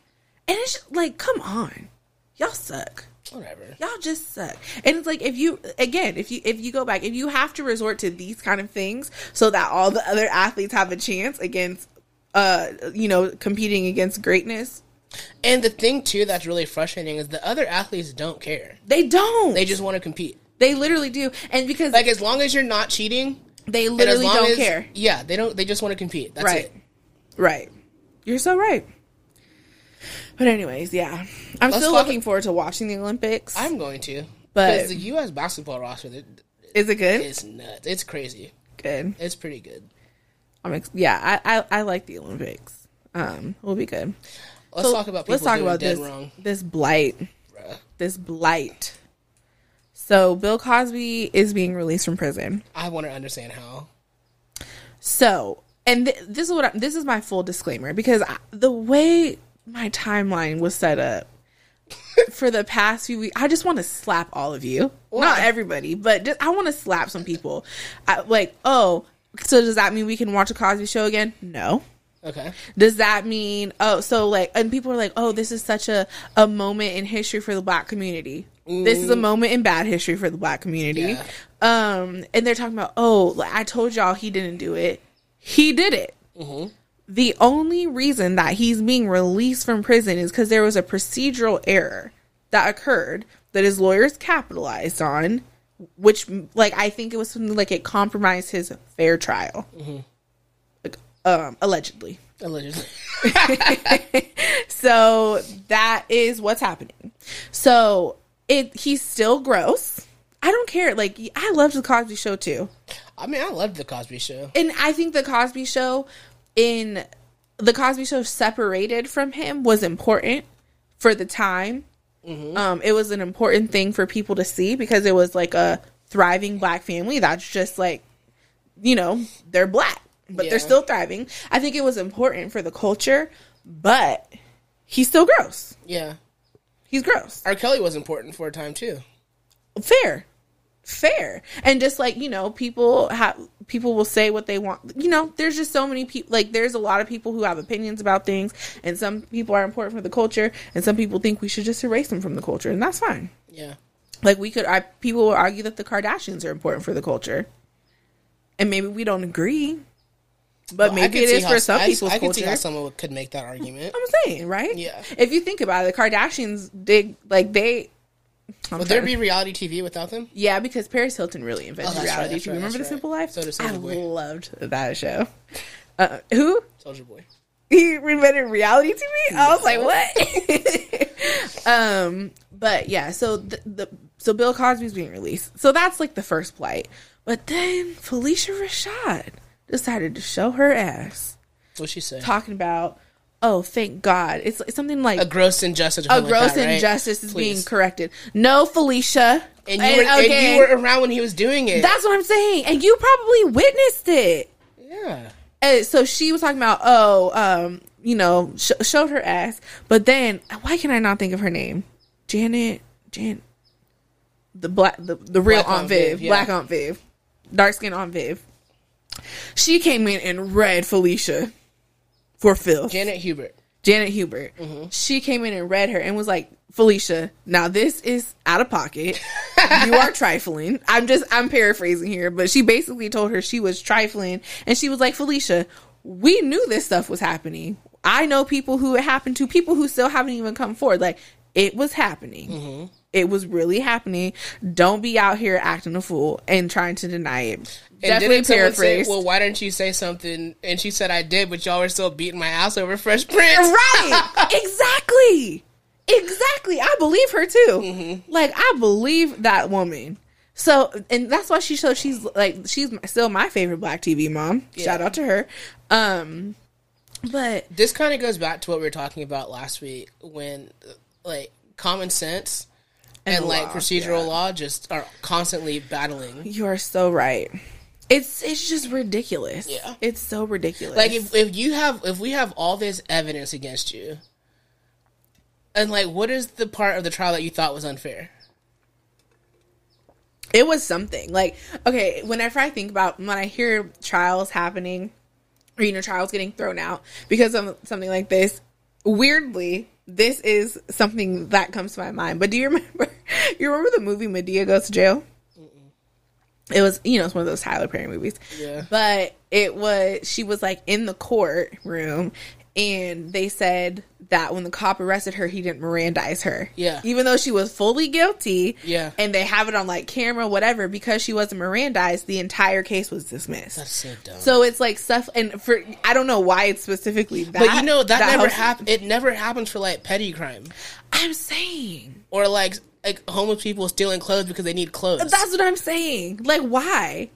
B: and it's just, like come on y'all suck
A: Whatever.
B: y'all just suck and it's like if you again if you if you go back if you have to resort to these kind of things so that all the other athletes have a chance against uh you know competing against greatness
A: And the thing too that's really frustrating is the other athletes don't care.
B: they don't
A: They just want to compete.
B: They literally do, and because
A: Like as long as you're not cheating,
B: they
A: and as
B: literally
A: long
B: don't
A: as-
B: care.
A: Yeah, they don't. They just want to compete. That's
B: Right,
A: it.
B: right. You're so right. But anyways, yeah, I'm
A: Let's
B: still
A: talk-
B: looking forward to watching the Olympics.
A: I'm going to.
B: But-
A: Because the U.S. basketball roster it-
B: Is it good?
A: it's nuts. It's crazy.
B: good.
A: It's pretty good.
B: I'm ex- yeah, I, I I like the Olympics. Um, we'll be good.
A: Let's
B: So,
A: talk about people
B: let's talk
A: doing
B: about
A: dead
B: this
A: wrong.
B: this blight,
A: Bruh.
B: this blight. So Bill Cosby is being released from prison.
A: I want to understand how.
B: So, and th- this is what I, this is my full disclaimer because I, the way my timeline was set up [LAUGHS] for the past few weeks, I just want to slap all of you. Not everybody, but just, I want to slap some people. I, like, oh, so does that mean we can watch a Cosby Show again? No
A: Okay.
B: does that mean oh so like and people are like oh this is such a a moment in history for the black community This is a moment in bad history for the black community. Um, and they're talking about, oh, like, I told y'all he didn't do it. He did it. The only reason that he's being released from prison is because there was a procedural error that occurred that his lawyers capitalized on, which, like, I think it was something like it compromised his fair trial, Like, um, allegedly.
A: Allegedly.
B: So that is what's happening. So it he's still gross. I don't care. Like I loved the Cosby Show too,
A: I mean, I loved the Cosby Show.
B: and I think the Cosby Show, in the Cosby Show separated from him, was important for the time. Um, it was an important thing for people to see because it was like a thriving black family that's just like, you know, they're black, but
A: Yeah.
B: they're still thriving. I think it was important for the culture, but he's still gross.
A: Yeah.
B: He's gross.
A: R. Kelly was important for a time too.
B: Fair. Fair. And just like, you know, people have people will say what they want. You know, there's just so many people like there's a lot of people who have opinions about things and some people are important for the culture and some people think we should just erase them from the culture and that's fine.
A: Yeah.
B: Like we could I people will argue that the Kardashians are important for the culture. And maybe we don't agree.
A: Well,
B: But
A: I
B: maybe
A: could
B: it
A: see
B: is
A: how-
B: for some
A: I-
B: people's
A: I could see
B: culture.
A: how someone would- could make that argument.
B: [LAUGHS] I'm saying, right?
A: Yeah.
B: If you think about it, the Kardashians did like they I'm
A: Would there
B: trying-
A: be reality TV without them?
B: Yeah, because Paris Hilton really
A: Oh,
B: invented
A: that's right,
B: reality.
A: that's
B: Do you
A: right,
B: remember The
A: that's
B: Simple
A: right.
B: Life?
A: So did
B: I
A: Soulja Boy.
B: loved that show. Uh, who?
A: Soldier Boy.
B: He invented reality TV? I was like, what? [LAUGHS] um, but yeah, so the, the so Bill Cosby's being released. So that's like the first plight. But then Felicia Rashad decided to show her ass,
A: What she say?
B: talking about, oh, thank God. It's like something like
A: A gross injustice. or
B: a
A: something like
B: gross
A: that, right?
B: injustice is being
A: Please.
B: corrected. No, Felicia.
A: And you, were, and
B: again-
A: you were around when he was doing it.
B: That's what I'm saying. And you probably witnessed it.
A: yeah.
B: And so she was talking about, oh, um, you know, sh- showed her ass. But then, why can I not think of her name? Janet, Jan, the black, the, the real
A: Black
B: Aunt,
A: Aunt
B: Viv,
A: Viv, yeah.
B: black Aunt Viv, dark skinned Aunt Viv. She came in and read Felicia for Phil.
A: Janet Hubert.
B: Janet Hubert.
A: Mm-hmm.
B: She came in and read her and was like, Felicia, now this is out of pocket.
A: [LAUGHS]
B: you are trifling. I'm just, I'm paraphrasing here, but she basically told her she was trifling. And she was like, Felicia, we knew this stuff was happening. I know people who it happened to, people who still haven't even come forward. Like, it was happening.
A: Mm-hmm.
B: It was really happening. Don't be out here acting a fool and trying to deny it.
A: And
B: Definitely
A: didn't someone
B: paraphrase.
A: Say, well, why didn't you say something? And she said, I did, but y'all were still beating my ass over Fresh Prince.
B: Right. exactly. Exactly. I believe her too.
A: Mm-hmm.
B: Like I believe that woman. So and that's why she showed she's like she's my- still my favorite black TV mom. Shout out to her. Um but
A: This kind of goes back to what we were talking about last week when, uh, like, common sense and,
B: the
A: like
B: law,
A: procedural law just are constantly battling.
B: you are so right. It's it's just ridiculous.
A: Yeah.
B: It's so ridiculous.
A: Like, if, if you have, if we have all this evidence against you, and like, what is the part of the trial that you thought was unfair?
B: it was something like okay whenever i think about when i hear trials happening or you know trials getting thrown out because of something like this weirdly this is something that comes to my mind but do you [LAUGHS] remember you remember the movie medea goes to jail it was you know it's one of those tyler perry movies
A: Yeah.
B: but it was she was like in the courtroom and they said that when the cop arrested her he didn't mirandize her
A: Yeah.
B: even though she was fully guilty
A: Yeah.
B: and they have it on like camera, whatever, because she wasn't Mirandized, the entire case was dismissed.
A: That's so dumb.
B: so it's like stuff, and for I don't know why it's specifically that.
A: but you know that, never
B: helps-
A: happened. It never happens for like petty crime
B: I'm saying
A: or like like homeless people stealing clothes because they need clothes.
B: that's what I'm saying. Like why?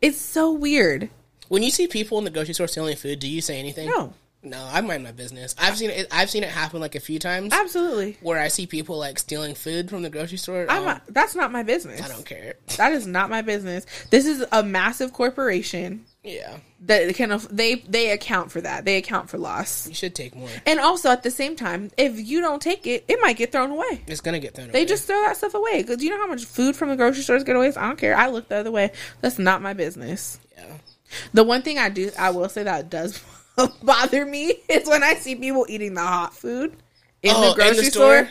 B: It's so weird.
A: When you see people in the grocery store stealing food, do you say anything?
B: No.
A: No, I mind my business. I've seen it. I've seen it happen like a few times
B: Absolutely,
A: where I see people like stealing food from the grocery store.
B: I'm.
A: um,
B: Not, that's not my business.
A: I don't care. [LAUGHS]
B: That is not my business. This is a massive corporation
A: Yeah,
B: that can. aff- They they account for that. They account for loss.
A: you should take more.
B: And also at the same time, if you don't take it, it might get thrown away.
A: It's gonna get thrown.
B: They
A: away.
B: just throw that stuff away. Cause you know how much food from the grocery stores get away? I don't care. I look the other way. That's not my business.
A: Yeah.
B: The one thing I do, I will say that does [LAUGHS] bother me is when I see people eating the hot food in
A: Oh, in
B: the
A: the
B: grocery
A: store?
B: store.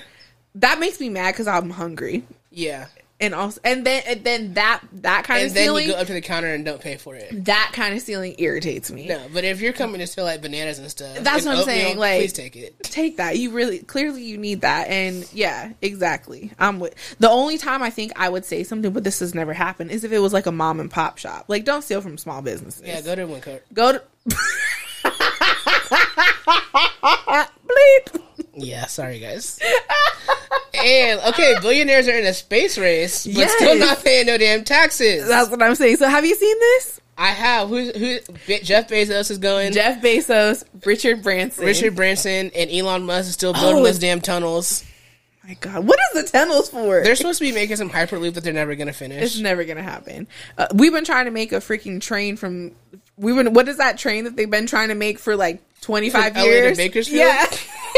B: that makes me mad because I'm hungry,
A: Yeah.
B: and also, and then and then that that kind
A: And
B: of
A: then
B: feeling
A: you go up to the counter and don't pay for it.
B: that kind of ceiling irritates me.
A: No, but if you're coming to sell like bananas and stuff,
B: That's
A: and
B: what I'm saying, like-
A: please take it.
B: Take that. You really clearly you need that, and yeah, exactly. I'm with the only time I think I would say something, but this has never happened, is if it was like a mom and pop shop. Like, don't steal from small businesses.
A: Yeah, go to one cart.
B: Go to. [LAUGHS] Bleep.
A: Yeah, sorry
B: [LAUGHS]
A: guys. and okay, billionaires are in a space race, but
B: Yes.
A: still not paying no damn taxes.
B: That's what I'm saying. So, have you seen this?
A: I have who who Be- Jeff Bezos is going.
B: Jeff Bezos, Richard Branson.
A: Richard Branson and Elon Musk is still
B: Oh,
A: building those
B: it's-
A: damn tunnels.
B: my God, what is the tunnels for?
A: They're supposed to be making some hyperloop that they're never gonna
B: it's
A: finish.
B: never gonna happen. Uh, we've been trying to make a freaking train from. We've been. What is that train that they've been trying to make for like
A: From
B: 25
A: LA to
B: years?
A: Bakersfield?
B: Yeah. [LAUGHS]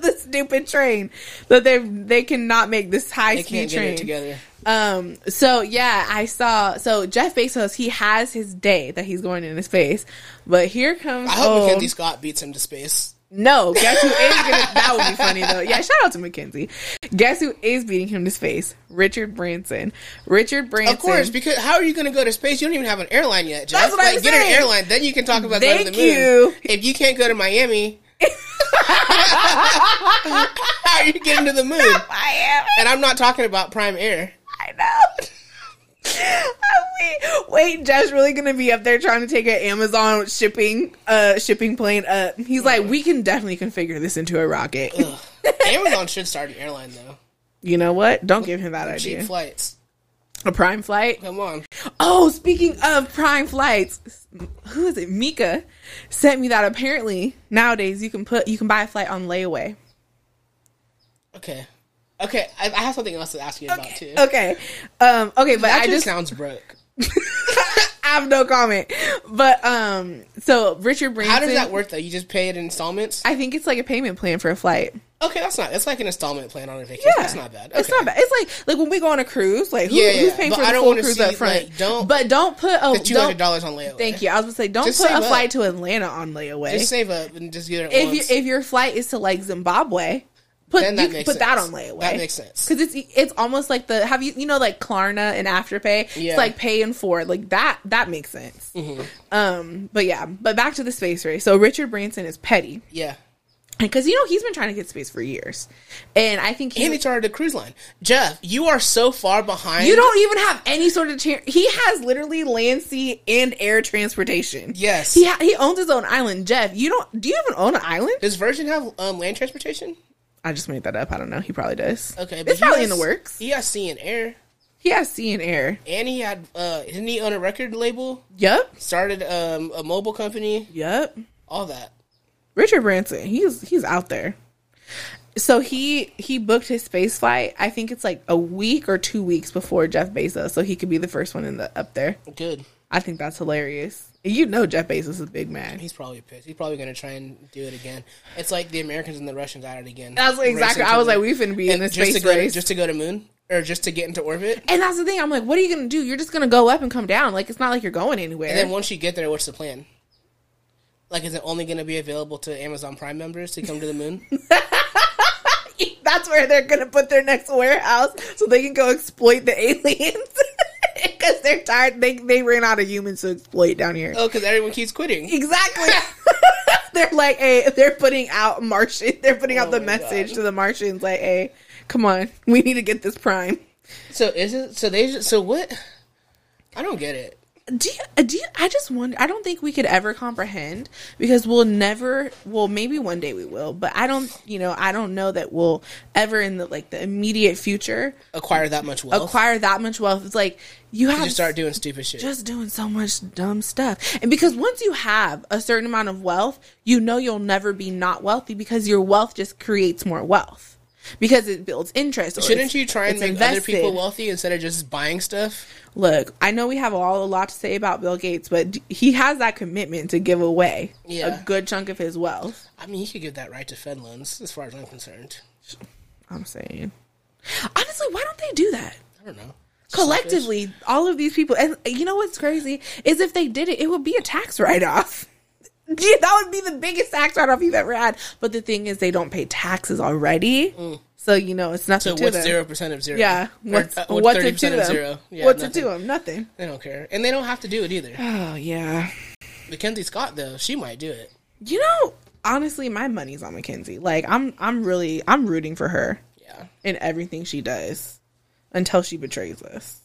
B: the stupid train that they they cannot make this high
A: They can't
B: speed
A: get it
B: train.
A: together.
B: Um. So yeah, I saw. So Jeff Bezos, he has his day that he's going into space, but here comes.
A: I hope
B: old-
A: Mackenzie Scott beats him to space.
B: No, guess who is gonna? [LAUGHS] That would be funny though. Yeah, shout out to Mackenzie. Guess who is beating him to space? Richard Branson. Richard Branson.
A: Of course, because how are you going to go to space? You don't even have an airline yet, Jeff.
B: That's what I'm
A: Like, get an
B: saying.
A: airline, then you can talk about going to the
B: Thank
A: moon.
B: you.
A: If you can't go to
B: [LAUGHS]
A: Miami, [LAUGHS] how are you getting to the moon?
B: I am.
A: And I'm not talking about Prime Air.
B: I know. [LAUGHS] wait, wait, Jeff's really gonna be up there trying to take an Amazon shipping, uh, shipping plane up. He's like, we can definitely configure this into a rocket. [LAUGHS]
A: Amazon should start an airline though.
B: you know what? Don't give him that
A: Cheap
B: idea.
A: flights.
B: A prime flight.
A: Come on.
B: Oh, speaking of prime flights, who is it? Mika sent me that. Apparently nowadays you can put you can buy a flight on layaway.
A: Okay. Okay, I, I have something else to ask you about too.
B: Okay, um, okay, but
A: That
B: I
A: just
B: just
A: sounds broke.
B: I have no comment. But um, so Richard Branson.
A: How does that work though? You just pay it in installments?
B: I think it's like a payment plan for a flight.
A: Okay, that's not. That's like an installment plan on a vacation.
B: Yeah,
A: That's not bad. Okay.
B: It's not bad. It's like like when we go on a cruise, like who,
A: Yeah,
B: who's
A: yeah,
B: paying
A: but
B: for
A: I
B: the
A: don't
B: full
A: wanna
B: cruise
A: see,
B: up front?
A: like, don't-
B: but don't put a
A: The two hundred
B: don't,
A: dollars on layaway.
B: Thank you. I was gonna say don't
A: Just
B: put a
A: save up.
B: flight to Atlanta on layaway.
A: Just save up and just get it.
B: if
A: once.
B: you, if your flight is to like Zimbabwe, put
A: Then
B: you
A: that
B: can
A: makes
B: put that
A: sense.
B: on layaway.
A: That makes sense.
B: because it's it's almost like the have you you know like Klarna and Afterpay.
A: Yeah. Mm-hmm.
B: It's like pay in four like that. That makes sense. Um, but yeah, but back to the space race. So Richard Branson is petty
A: yeah.
B: because you know he's been trying to get space for years, and I think
A: And he
B: he.
A: started a cruise line. Jeff, you are so far behind.
B: You don't even have any sort of. Cha- he has literally land, sea, and air transportation.
A: Yes.
B: he ha- he owns his own island. Jeff, you don't. Do you even own an island?
A: Does Virgin have um, land transportation?
B: I just made that up. I don't know. He probably does.
A: Okay,
B: it's
A: he
B: probably
A: has-
B: in the works.
A: He has sea and air,
B: He has sea and air.
A: and he had uh, didn't he own a record label?
B: Yep.
A: Started um, a mobile company,
B: Yep.
A: all that.
B: Richard Branson. He's he's out there. So he he booked his space flight. I think it's like a week or two weeks before Jeff Bezos, so he could be the first one in the up there.
A: Good.
B: I think that's hilarious. You know, Jeff Bezos is a big man.
A: He's probably pissed. He's probably going to try and do it again. It's like the Americans and the Russians at it again.
B: That's
A: Racing
B: exactly.
A: to
B: I was
A: the-
B: like, we finna be in this
A: just to
B: space
A: go to-
B: race.
A: just to go to moon or just to get into orbit.
B: and that's the thing. I'm like, what are you gonna do? You're just gonna go up and come down. Like it's not like you're going anywhere.
A: And then once you get there, what's the plan? Like, is it only going to be available to Amazon Prime members to come to the moon?
B: [LAUGHS] That's where they're gonna put their next warehouse so they can go exploit the aliens [LAUGHS] because they're tired. They they ran out of humans to exploit down here.
A: oh, because everyone keeps quitting. [LAUGHS]
B: Exactly. [LAUGHS] they're like, hey, they're putting out Martian. They're putting out
A: Oh
B: the
A: my
B: message
A: God.
B: to the Martians like, hey, come on, we need to get this prime.
A: So is it? So they? just- So what? I don't get it.
B: Do you? uh, Do you? I just wonder. I don't think we could ever comprehend because we'll never. Well, maybe one day we will, but I don't. You know, I don't know that we'll ever in the like the immediate future
A: Acquire that much wealth?
B: acquire that much wealth. It's like you have
A: Oh. you start doing stupid shit.
B: just doing so much dumb stuff. And because once you have a certain amount of wealth, you know you'll never be not wealthy because your wealth just creates more wealth because it builds interest. or
A: Shouldn't
B: it's-
A: you try and
B: it's
A: make other
B: invested.
A: people wealthy instead of just buying stuff?
B: Look, I know we have all a lot to say about Bill Gates, but d- he has that commitment to give away
A: Yeah.
B: a good chunk of his wealth.
A: I mean, you could give that right to Fed loans, as far as I'm concerned.
B: I'm saying, honestly, why don't they do that?
A: I don't know.
B: collectively all of these people and you know what's crazy is if they did it it would be a tax write-off [LAUGHS] Gee, that would be the biggest tax write off you've ever had. But the thing is, they don't pay taxes already, so you know it's
A: Mm. So
B: nothing to
A: what's
B: them.
A: zero percent of zero?
B: Yeah,
A: Or,
B: what's
A: uh,
B: what's it
A: 30%
B: to
A: of
B: them?
A: Zero? Yeah,
B: what's
A: nothing.
B: it to them? Nothing.
A: They don't care, and they don't have to do it
B: [SIGHS]
A: either.
B: Oh yeah.
A: Mackenzie Scott though, she might do it.
B: You know, honestly, my money's on Mackenzie. Like I'm, I'm really, I'm rooting for her
A: Yeah,
B: in everything she does until she betrays us.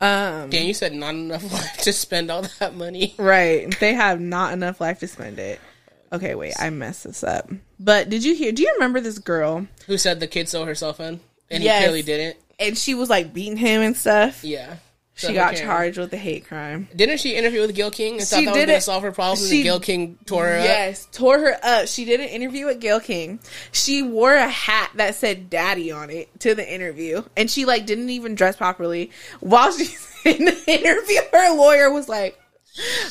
B: Um.
A: Dan, you said not enough [LAUGHS] life to spend all that money. [LAUGHS]
B: Right. They have not enough life to spend it. Okay, wait, I messed this up. But did you hear? Do you remember this girl?
A: Who said the kid sold her cell phone? And
B: Yes.
A: he clearly didn't.
B: And she was like beating him and stuff.
A: Yeah, So
B: She
A: who
B: got
A: cares?
B: charged with a hate crime.
A: Didn't she interview with Gil King and
B: She
A: thought that was
B: did
A: going to
B: it.
A: solve her problems?
B: She-
A: and Gil King tore her up.
B: Yes, tore her up. She did an interview with Gail King. She wore a hat that said "Daddy" on it to the interview, and she like didn't even dress properly. While [LAUGHS] she's in the interview, her lawyer was like,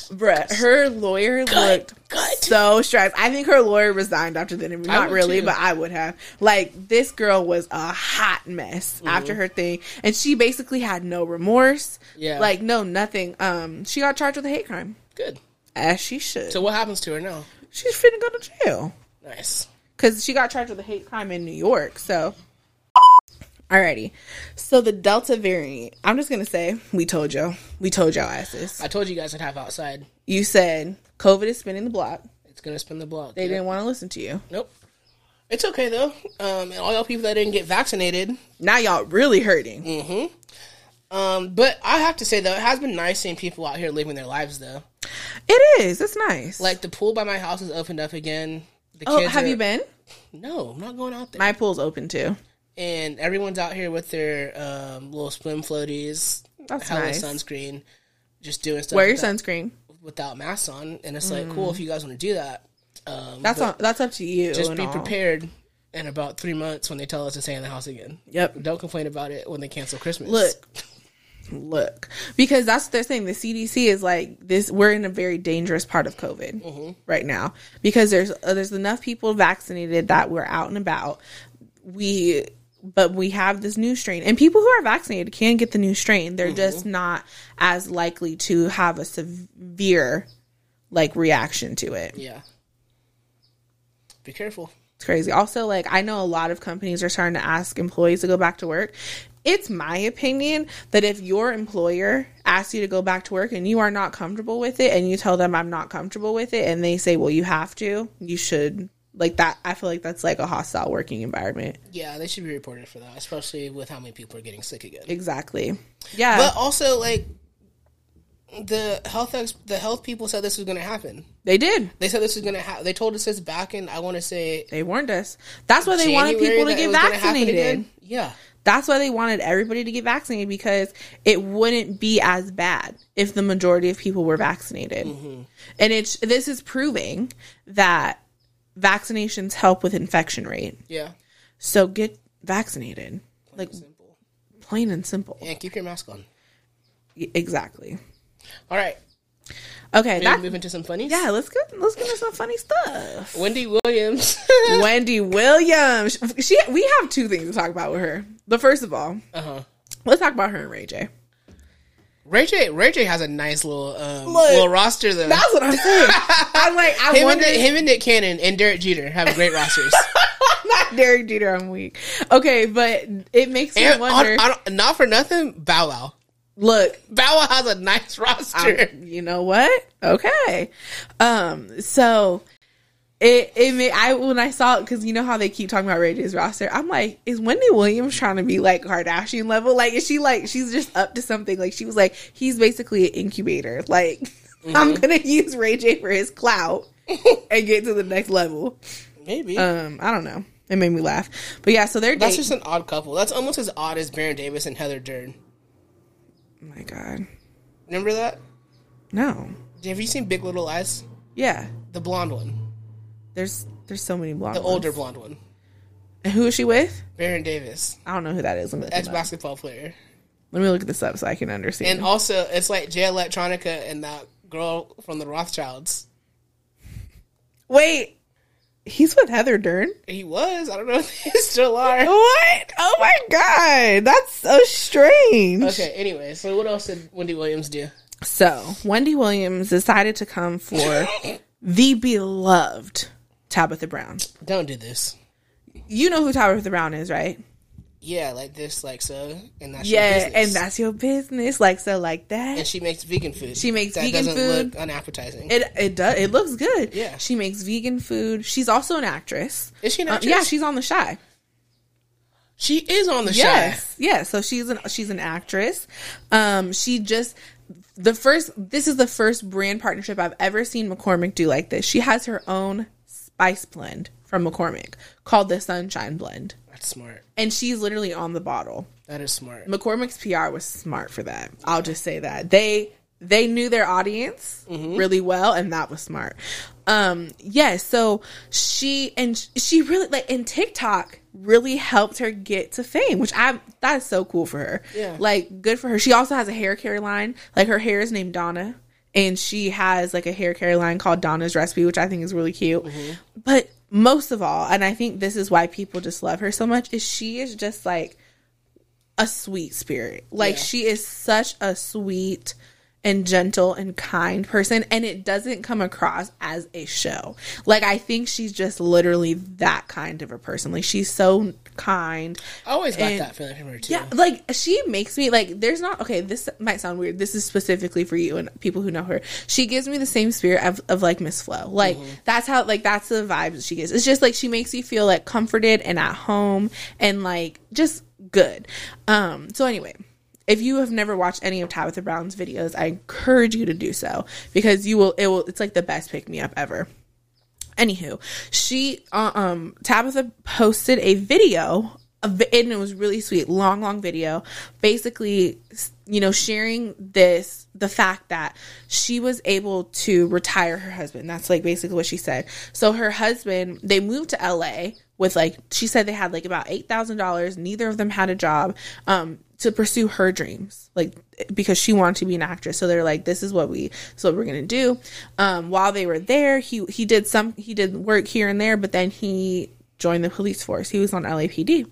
B: "Bruh, her lawyer looked
A: Cut.
B: so stressed. I think her lawyer resigned after the interview.
A: I
B: Not
A: would
B: really,
A: too.
B: but I would have. Like this girl was a hot mess after her thing, and she basically had no remorse.
A: Mm-hmm. Yeah.
B: like no nothing. Um, she got charged with a hate crime,
A: Good.
B: as she should.
A: So what happens to her now?
B: She's finna go to jail
A: Nice.
B: because she got charged with a hate crime in New York. So, alrighty. So the Delta variant. I'm just gonna say we told you. We told y'all asses.
A: I told you guys I'd have outside.
B: You said COVID is spinning the block.
A: It's going to spin the block.
B: They didn't want to listen to you.
A: Nope. It's okay though. Um, and all y'all people that didn't get vaccinated.
B: Now y'all really hurting.
A: Mm. Um, but I have to say though, it has been nice seeing people out here living their lives though.
B: It is. It's nice.
A: Like the pool by my house is opened up again. The
B: oh, have
A: are-
B: you been?
A: No, I'm not going out there.
B: My pool's open too.
A: and everyone's out here with their um, little swim floaties,
B: That's
A: hella
B: nice.
A: sunscreen, just doing stuff
B: Wear your
A: without,
B: sunscreen.
A: without masks on. And it's like, cool if you guys want to do that. Um,
B: That's
A: but
B: on, that's up to you.
A: Just
B: and
A: be
B: all.
A: prepared in about three months when they tell us to stay in the house again.
B: Yep.
A: Don't complain about it when they cancel Christmas.
B: Look. Look, because that's what they're saying. The CDC is like this. We're in a very dangerous part of COVID right now because there's uh, there's enough people vaccinated that we're out and about. We but we have this new strain, and people who are vaccinated can get the new strain. They're just not as likely to have a severe like reaction to it.
A: Yeah. Be careful.
B: It's crazy. Also, like I know a lot of companies are starting to ask employees to go back to work. It's my opinion that if your employer asks you to go back to work and you are not comfortable with it and you tell them I'm not comfortable with it and they say, "Well, you have to. You should." Like that I feel like that's like a hostile working environment.
A: Yeah, they should be reported for that, especially with how many people are getting sick again.
B: Exactly. Yeah.
A: But also, like the health ex- the health people said this was going to happen.
B: they did.
A: They said this was going to happen. They told us this back in I want to say
B: They warned us. That's why they wanted
A: January
B: people to
A: that it
B: get
A: was gonna happen
B: vaccinated.
A: again. Yeah,
B: That's why they wanted everybody to get vaccinated because it wouldn't be as bad if the majority of people were vaccinated.
A: Mm-hmm.
B: And it's this is proving that vaccinations help with infection rate.
A: yeah.
B: So get vaccinated. Like
A: Simple.
B: plain and simple.
A: And keep your mask on.
B: Y- Exactly.
A: All right,
B: Okay,
A: maybe
B: that
A: move into some funnies.
B: yeah, let's get let's get into some
A: [LAUGHS]
B: funny stuff.
A: Wendy Williams.
B: Wendy Williams. She we have two things to talk about with her. The first of all,
A: uh huh.
B: let's talk about her and Ray J.
A: Ray J. Ray J. has a nice little um,
B: Look,
A: little roster though.
B: That's what
A: [LAUGHS]
B: I'm saying. I'm like I
A: Him and,
B: wonder
A: Nick, him and Nick Cannon and Derek Jeter have
B: [LAUGHS]
A: great rosters.
B: not Derek Jeter. I'm weak. Okay, but it makes me
A: And on,
B: wonder.
A: on- not for nothing, Bow Wow.
B: look,
A: Bow Wow has a nice roster.
B: I'm- you know what? Okay, um, so it it may, I when I saw it because you know how they keep talking about Ray J's roster. I'm like, is Wendy Williams trying to be like Kardashian level? Like, is she like she's just up to something? Like she was like he's basically an incubator. [LAUGHS] Like
A: Mm-hmm.
B: I'm gonna use Ray J for his
A: [LAUGHS]
B: clout and get to the next level.
A: Maybe.
B: Um, I don't know. It made me laugh, but yeah. So they're
A: That's
B: dating-
A: just an odd couple. That's almost as odd as Baron Davis and Heather Dern.
B: oh my god.
A: Remember that?
B: No.
A: Have you seen Big Little Lies?
B: Yeah.
A: The blonde one.
B: There's there's so many blonde.
A: The older
B: ones.
A: blonde one.
B: And who is she with?
A: Baron Davis,
B: I don't know who that is. Let me, look
A: ex
B: it up.
A: basketball player.
B: Let me look this up so I can understand.
A: And also, it's like Jay Electronica and that girl from the Rothschilds.
B: Wait, he's with Heather Dern.
A: He was. I don't know if they still are.
B: What? Oh my god, that's so strange.
A: Okay, anyway, so what else did Wendy Williams do?
B: So Wendy Williams decided to come
A: [LAUGHS]
B: for the beloved Tabitha Brown.
A: Don't do this.
B: You know who Tabitha Brown is, right?
A: Yeah, like this, like so, and that's
B: yeah,
A: your business.
B: and that's your business, like so, like that.
A: and she makes vegan food.
B: She makes
A: that
B: vegan
A: doesn't
B: food.
A: look unappetizing.
B: It it does. It looks good.
A: Yeah.
B: She makes vegan food. She's also an actress.
A: Is she an
B: Uh,
A: actress?
B: yeah, she's on The Shy.
A: she is on the show.
B: Yes. Yeah. So she's an she's an actress. Um, she just the first. This is the first brand partnership I've ever seen McCormick do like this. She has her own spice blend from McCormick called the Sunshine Blend,
A: That's smart.
B: and she's literally on the bottle.
A: That is smart.
B: McCormick's PR was smart for that. I'll just say that they they knew their audience really well, and that was smart. Um, yeah. So she and sh- she really like and TikTok really helped her get to fame, which I that is so cool for her.
A: Yeah.
B: Like good for her. She also has a hair care line. Like her hair is named Donna. And she has like a hair care line called Donna's Recipe, which I think is really cute. But most of all, and I think this is why people just love her so much, is she is just like a sweet spirit. Like she is such a sweet and gentle and kind person and it doesn't come across as a show. Like I think she's just literally that kind of a person. Like she's so kind.
A: I always got
B: and-
A: that feeling from her too.
B: Yeah, like she makes me like there's not okay, this might sound weird. This is specifically for you and people who know her. She gives me the same spirit of, of like Miss Flo. Like that's how like that's the vibes that she gives. It's just like she makes you feel like comforted and at home and like just good. Um so anyway, if you have never watched any of Tabitha Brown's videos, I encourage you to do so because you will it will it's like the best pick me up ever. Anywho, she uh, um Tabitha posted a video of, and it was really sweet, long long video, basically s- you know sharing this the fact that she was able to retire her husband. That's like basically what she said. So her husband, they moved to LA with like she said they had like about $8,000, neither of them had a job. Um to pursue her dreams like because she wanted to be an actress so they're like this is what we so we're gonna do um while they were there he he did some he did work here and there but then he joined the police force he was on lapd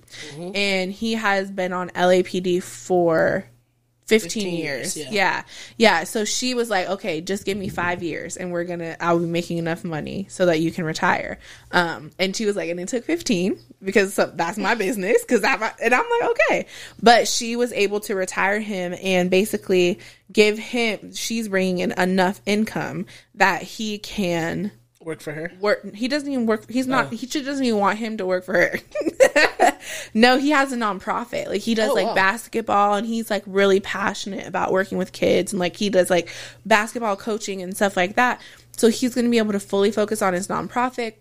B: and he has been on lapd for 15,
A: 15 years,
B: years, yeah.
A: yeah.
B: yeah yeah so she was like okay just give me five years and we're gonna i'll be making enough money so that you can retire um and she was like and it took 15 because so that's my business because that my, and i'm like okay but she was able to retire him and basically give him she's bringing in enough income that he can
A: Work for her.
B: work he doesn't even work he's
A: Oh.
B: not he should doesn't even want him to work for her [LAUGHS] no he has a nonprofit like he does
A: Oh,
B: like
A: wow.
B: basketball and he's like really passionate about working with kids and like he does like basketball coaching and stuff like that so he's going to be able to fully focus on his nonprofit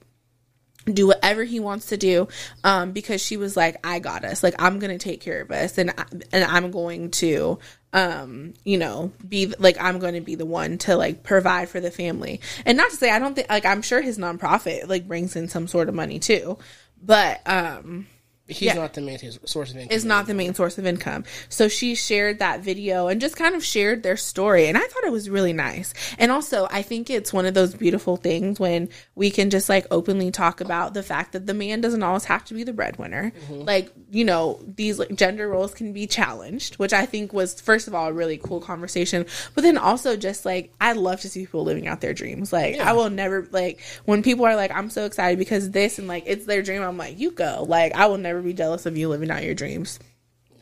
B: do whatever he wants to do um, because she was like i got us like i'm gonna take care of us and I, and i'm going to um you know be like i'm gonna be the one to like provide for the family and not to say i don't think like i'm sure his nonprofit like brings in some sort of money too but um
A: He's
B: Yeah.
A: not the main source of income.
B: is not the main source of income. So she shared that video and just kind of shared their story. And I thought it was really nice. And also, I think it's one of those beautiful things when we can just like openly talk about the fact that the man doesn't always have to be the breadwinner. Like, you know, these like gender roles can be challenged, which I think was, first of all, a really cool conversation. But then also, just like, I love to see people living out their dreams. Like, I will never, like, when people are like, I'm so excited because this and like it's their dream, I'm like, you go. Like, I will never be jealous of you living out your dreams.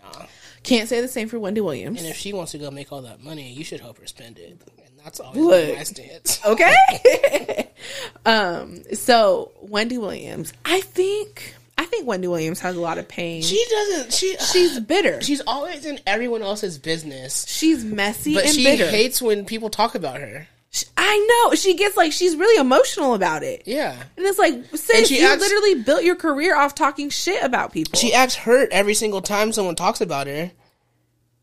A: Nah.
B: Can't say the same for Wendy Williams.
A: And if she wants to go make all that money, you should help her spend it. And that's always
B: Look.
A: been my stance.
B: [LAUGHS] okay. [LAUGHS] um, so Wendy Williams, I think I think Wendy Williams has a lot of pain.
A: She doesn't. She
B: she's bitter.
A: she's always in everyone else's business,
B: she's messy
A: but
B: and
A: she
B: bitter.
A: hates when people talk about her.
B: Sh- I know. She gets like she's really emotional about it.
A: Yeah.
B: And it's like, sis,
A: she
B: you
A: acts-
B: literally built your career off talking shit about people.
A: She acts hurt every single time someone talks about her.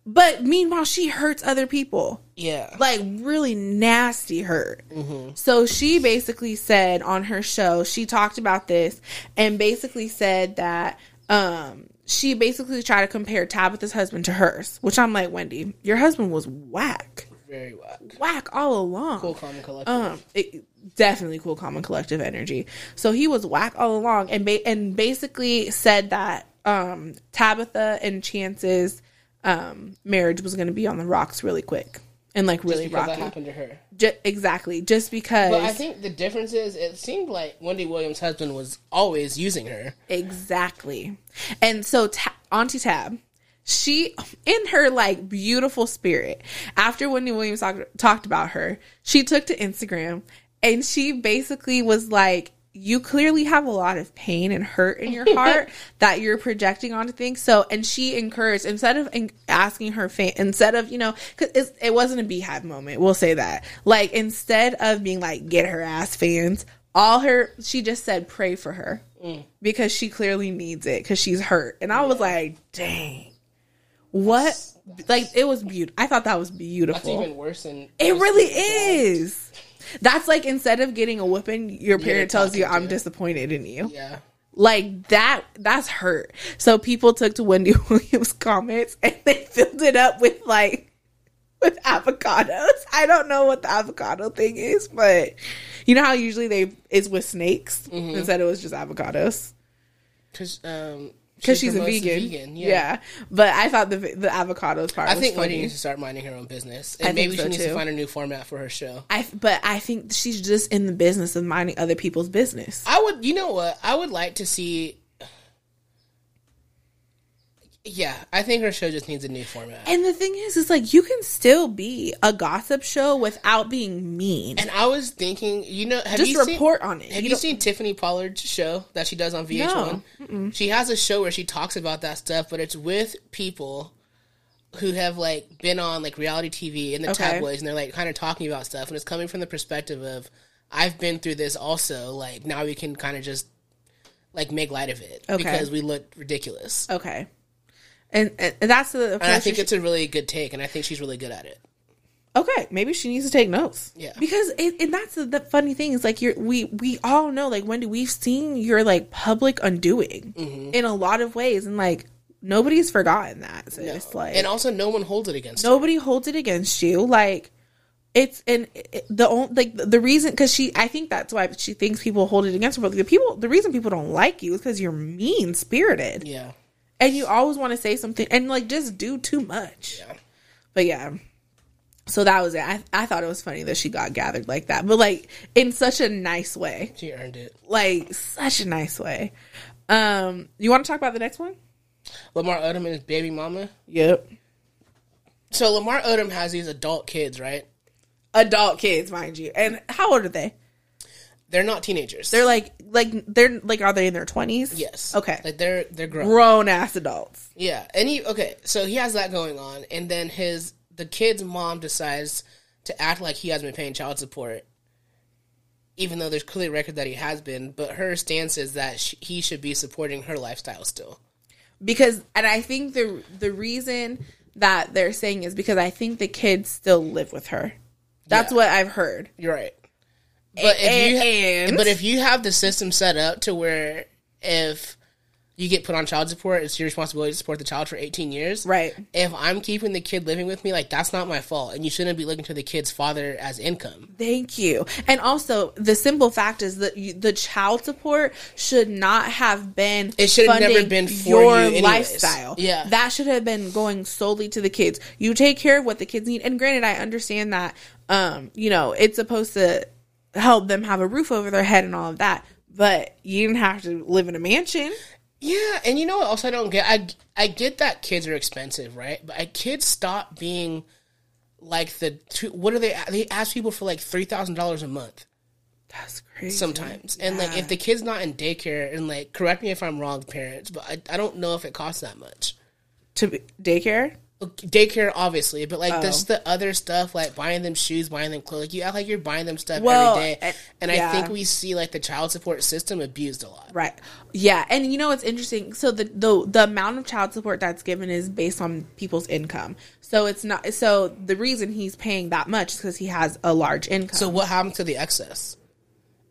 B: but meanwhile, she hurts other people.
A: Yeah.
B: like really nasty hurt.
A: Mm-hmm.
B: So she basically said on her show, she talked about this and basically said that um she basically tried to compare Tabitha's husband to hers, which I'm like, Wendy, your husband was whack.
A: Very whack.
B: Whack all along.
A: Cool, calm, and collected.
B: Um, it, definitely cool, calm, and collective energy. So he was whack all along, and ba- and basically said that um, Tabitha and Chance's um, marriage was going to be on the rocks really quick, and like really
A: because
B: rock
A: that
B: it.
A: happened to her.
B: Ju- exactly, just because.
A: But I think the difference is it seemed like Wendy Williams' husband was always using her.
B: Exactly. And so Ta- Auntie Tab, she in her like beautiful spirit, after Wendy Williams talk- talked about her, she took to Instagram and she basically was like you clearly have a lot of pain and hurt in your heart that you're projecting onto things. So, and she encouraged instead of en- asking her fan, instead of you know, because it wasn't a beehive moment. We'll say that. Like instead of being like, get her ass fans, all her she just said pray for her because she clearly needs it because she's hurt and i was like dang what like it was beautiful i thought that was
A: That's
B: beautiful
A: even worse than
B: it really is that's like instead of getting a whipping your parent tells you
A: talking to
B: i'm disappointed in you
A: Yeah.
B: like that that's hurt so people took to wendy [LAUGHS] williams comments and they filled it up with like with avocados i don't know what the avocado thing is but you know how usually they is with snakes
A: Mm-hmm.
B: instead it was just avocados
A: Because um,
B: because
A: she
B: she's a
A: promotes
B: vegan.
A: Yeah.
B: yeah. but I thought the the avocados part.
A: I
B: was
A: think Wendy
B: funny.
A: needs to start minding her own business, and
B: I think
A: maybe she
B: so,
A: needs to
B: too.
A: find a new format for her show.
B: I but I think she's just in the business of minding other people's business.
A: I would, you know what? I would like to see. Yeah, I think her show just needs a new format.
B: And the thing is, is like you can still be a gossip show without being mean.
A: And I was thinking, you know, have
B: Just
A: you
B: report
A: seen,
B: on it.
A: Have
B: You
A: you,
B: don't-
A: seen Tiffany Pollard's show that she does on VH1? She has a show where she talks about that stuff, but it's with people who have like been on like reality TV in the
B: Okay.
A: tabloids, and they're like kind of talking about stuff, and it's coming from the perspective of I've been through this also. Like now we can kind of just like make light of it
B: Okay.
A: because we look ridiculous.
B: okay, and, and that's
A: And
B: the
A: I
B: approach.
A: think
B: she-
A: it's a really good take, and I think she's really good at it.
B: okay, maybe she needs to take notes.
A: Yeah.
B: because it, and that's the, the funny thing is like you're we we all know like Wendy we've seen your like public undoing
A: Mm-hmm.
B: in a lot of ways and like nobody's forgotten that. So it's like
A: And also, no one holds it against her.
B: nobody holds it against you like it's and it, the only like the reason because she i think that's why she thinks people hold it against her but the people the reason people don't like you is because you're mean spirited
A: Yeah.
B: and you always want to say something and like just do too much
A: Yeah.
B: but yeah so that was it I, I thought it was funny that she got gathered like that but like in such a nice way
A: She earned it.
B: like such a nice way um you want to talk about the next one
A: Lamar Odom and his baby mama.
B: yep
A: So Lamar Odom has these adult kids, right?
B: adult kids mind you and how old are they
A: They're not teenagers.
B: They're like like they're like are they in their twenties?
A: yes,
B: Okay.
A: Like they're they're grown.
B: Grown ass adults.
A: Yeah, and he okay. So he has that going on, and then his the kid's mom decides to act like he has been paying child support, even though there's clearly record that he has been. But her stance is that sh he should be supporting her lifestyle still.
B: Because and I think the the reason that they're saying is because I think the kids still live with her. That's
A: Yeah.
B: what I've heard.
A: You're right. But if you
B: and-
A: but if you have the system set up to where if you get put on child support, it's your responsibility to support the child for 18 years.
B: Right.
A: If I'm keeping the kid living with me, like that's not my fault, and you shouldn't be looking to the kid's father as income.
B: Thank you. And also, the simple fact is that you, the child support should not have been.
A: It should have never
B: funding
A: been for you anyways.
B: lifestyle.
A: Yeah.
B: that should have been going solely to the kids. You take care of what the kids need. And granted, I understand that. Um, you know, it's supposed to help them have a roof over their head and all of that. But you didn't have to live in a mansion.
A: Yeah, and you know what else I don't get? I I get that kids are expensive, right? But I, kids stop being like the two, what are they? They ask people for like three thousand dollars a month.
B: That's crazy.
A: sometimes. And like if the kid's not in daycare, and like correct me if I'm wrong, parents, but I, I don't know if it costs that much.
B: to be, daycare.
A: Okay, Daycare, obviously, but like
B: Oh.
A: this the other stuff, like buying them shoes, buying them clothes. Like you act like you're buying them stuff
B: Well,
A: every day,
B: and-
A: and I
B: yeah.
A: think we see like the child support system abused a lot.
B: Right. Yeah, and you know what's interesting? So the, the the amount of child support that's given is based on people's income. So it's not. So the reason he's paying that much is because he has a large income.
A: So what happened to the excess?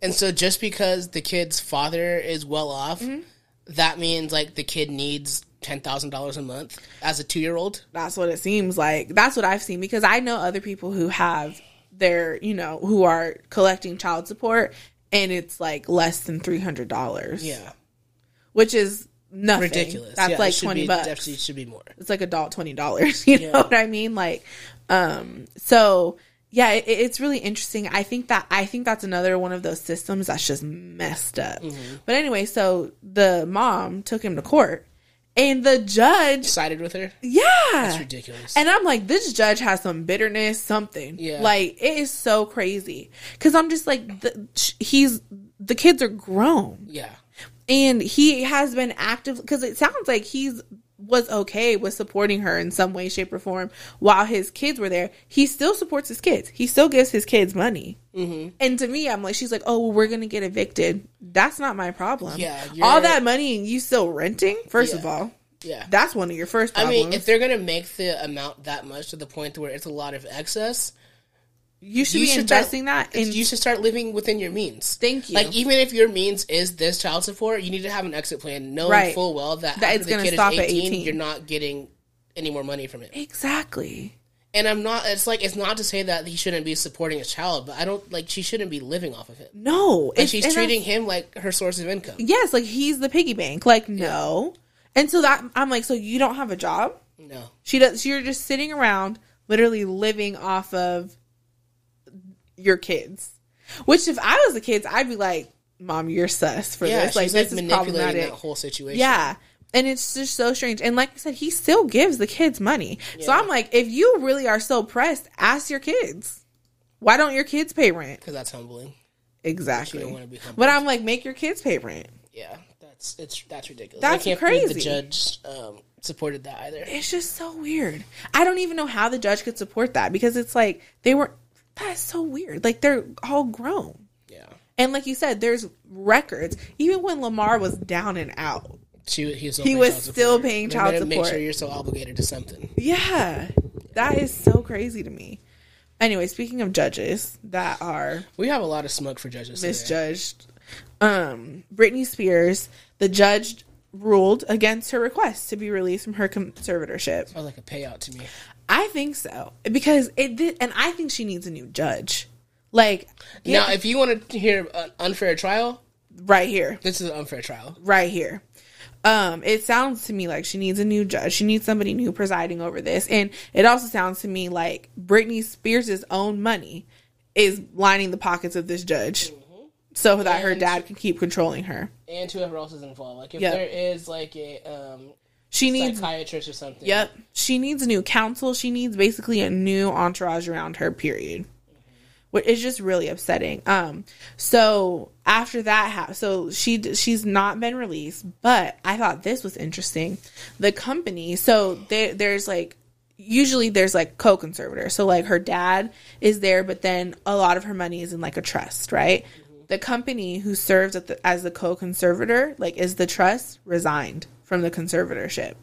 A: And so just because the kid's father is well off,
B: Mm-hmm.
A: that means like the kid needs ten thousand dollars a month as a two year old.
B: that's what it seems like. That's what I've seen because I know other people who have their you know who are collecting child support and it's like less than three hundred dollars.
A: Yeah,
B: which is nothing.
A: ridiculous.
B: That's
A: Yeah, it
B: like
A: should
B: twenty
A: be,
B: bucks.
A: Definitely should be more.
B: [LAUGHS] it's like adult twenty dollars. You know what I mean? Like, Um, so yeah, it, it's really interesting. I think that I think that's another one of those systems that's just messed up.
A: Mm-hmm.
B: But anyway, so the mom took him to court, and the judge,
A: Sided with her.
B: yeah,
A: It's ridiculous.
B: and I'm like, this judge has some bitterness, something.
A: Yeah.
B: Like it is so crazy because I'm just like, the, he's the kids are grown
A: yeah.
B: and he has been active because it sounds like he's was okay with supporting her in some way shape or form while his kids were there he still supports his kids he still gives his kids money
A: Mm-hmm.
B: and to me i'm like she's like oh well, we're gonna get evicted that's not my problem
A: Yeah,
B: all
A: you're-
B: that money and you still renting first of
A: Yeah.
B: all
A: Yeah.
B: that's one of your first
A: I
B: problems.
A: mean, if they're gonna make the amount that much to the point where it's a lot of excess,
B: you should
A: you
B: be
A: should start-
B: investing that in
A: it's- you should start living within your means.
B: Thank you.
A: Like even if your means is this child support, you need to have an exit plan, knowing
B: Right.
A: full well that,
B: That
A: after
B: it's
A: the
B: gonna
A: kid is
B: stop at 18.
A: you're not getting any more money from it.
B: exactly
A: And I'm not. It's like it's not to say that he shouldn't be supporting his child, but I don't like she shouldn't be living off of it.
B: no
A: And
B: it's-
A: she's
B: and that's-
A: treating him like her source of income.
B: yes like he's the piggy bank like no and so that i'm like so you don't have a job
A: No.
B: She does. You're just sitting around, literally living off of your kids. Which, if I was the kids, I'd be like, "Mom, you're sus for
A: Yeah,
B: this. Like,
A: she's
B: this
A: like
B: is
A: manipulating
B: problematic."
A: that whole situation.
B: yeah, and it's just so strange. And like I said, he still gives the kids money. So I'm like, if you really are so pressed, ask your kids. Why don't your kids pay rent?
A: because that's humbling.
B: Exactly.
A: You don't wanna be humble.
B: But I'm like, make your kids pay rent.
A: Yeah, that's it's that's ridiculous.
B: That's
A: I can't believe
B: crazy.
A: the judge um, supported that either.
B: It's just so weird. I don't even know how the judge could support that because it's like they were that's so weird. Like they're all grown.
A: Yeah,
B: And like you said, there's records. Even when Lamar was down and out.
A: she he was still
B: He
A: paying
B: was
A: child
B: still
A: support.
B: paying
A: They're
B: child
A: gonna Make sure
B: support.
A: you're still obligated to something.
B: Yeah. That is so crazy to me. Anyway, speaking of judges that are
A: We have a lot of smug for judges. today.
B: misjudged, um, Britney Spears, the judge ruled against her request to be released from her conservatorship.
A: That was like a payout to me.
B: I think so because it did, and I think she needs a new judge, like
A: Now, if you want to hear an unfair trial,
B: right here,
A: this is an unfair trial.
B: right here. Um, it sounds to me like she needs a new judge. She needs somebody new presiding over this, and it also sounds to me like Britney Spears' own money is lining the pockets of this judge, so that her dad can keep controlling her.
A: And whoever else is involved, like if
B: Yeah.
A: there is like a um,
B: She needs
A: psychiatrist or something.
B: Yep. She needs a new counsel. She needs basically a new entourage around her, period. Which is just really upsetting. Um, so after that, ha- so she d- she's not been released, but I thought this was interesting. The company, so there there's like usually there's like co-conservator. So like her dad is there, but then a lot of her money is in like a trust, right? The company who serves at the, as the co-conservator, like is the trust, resigned from the conservatorship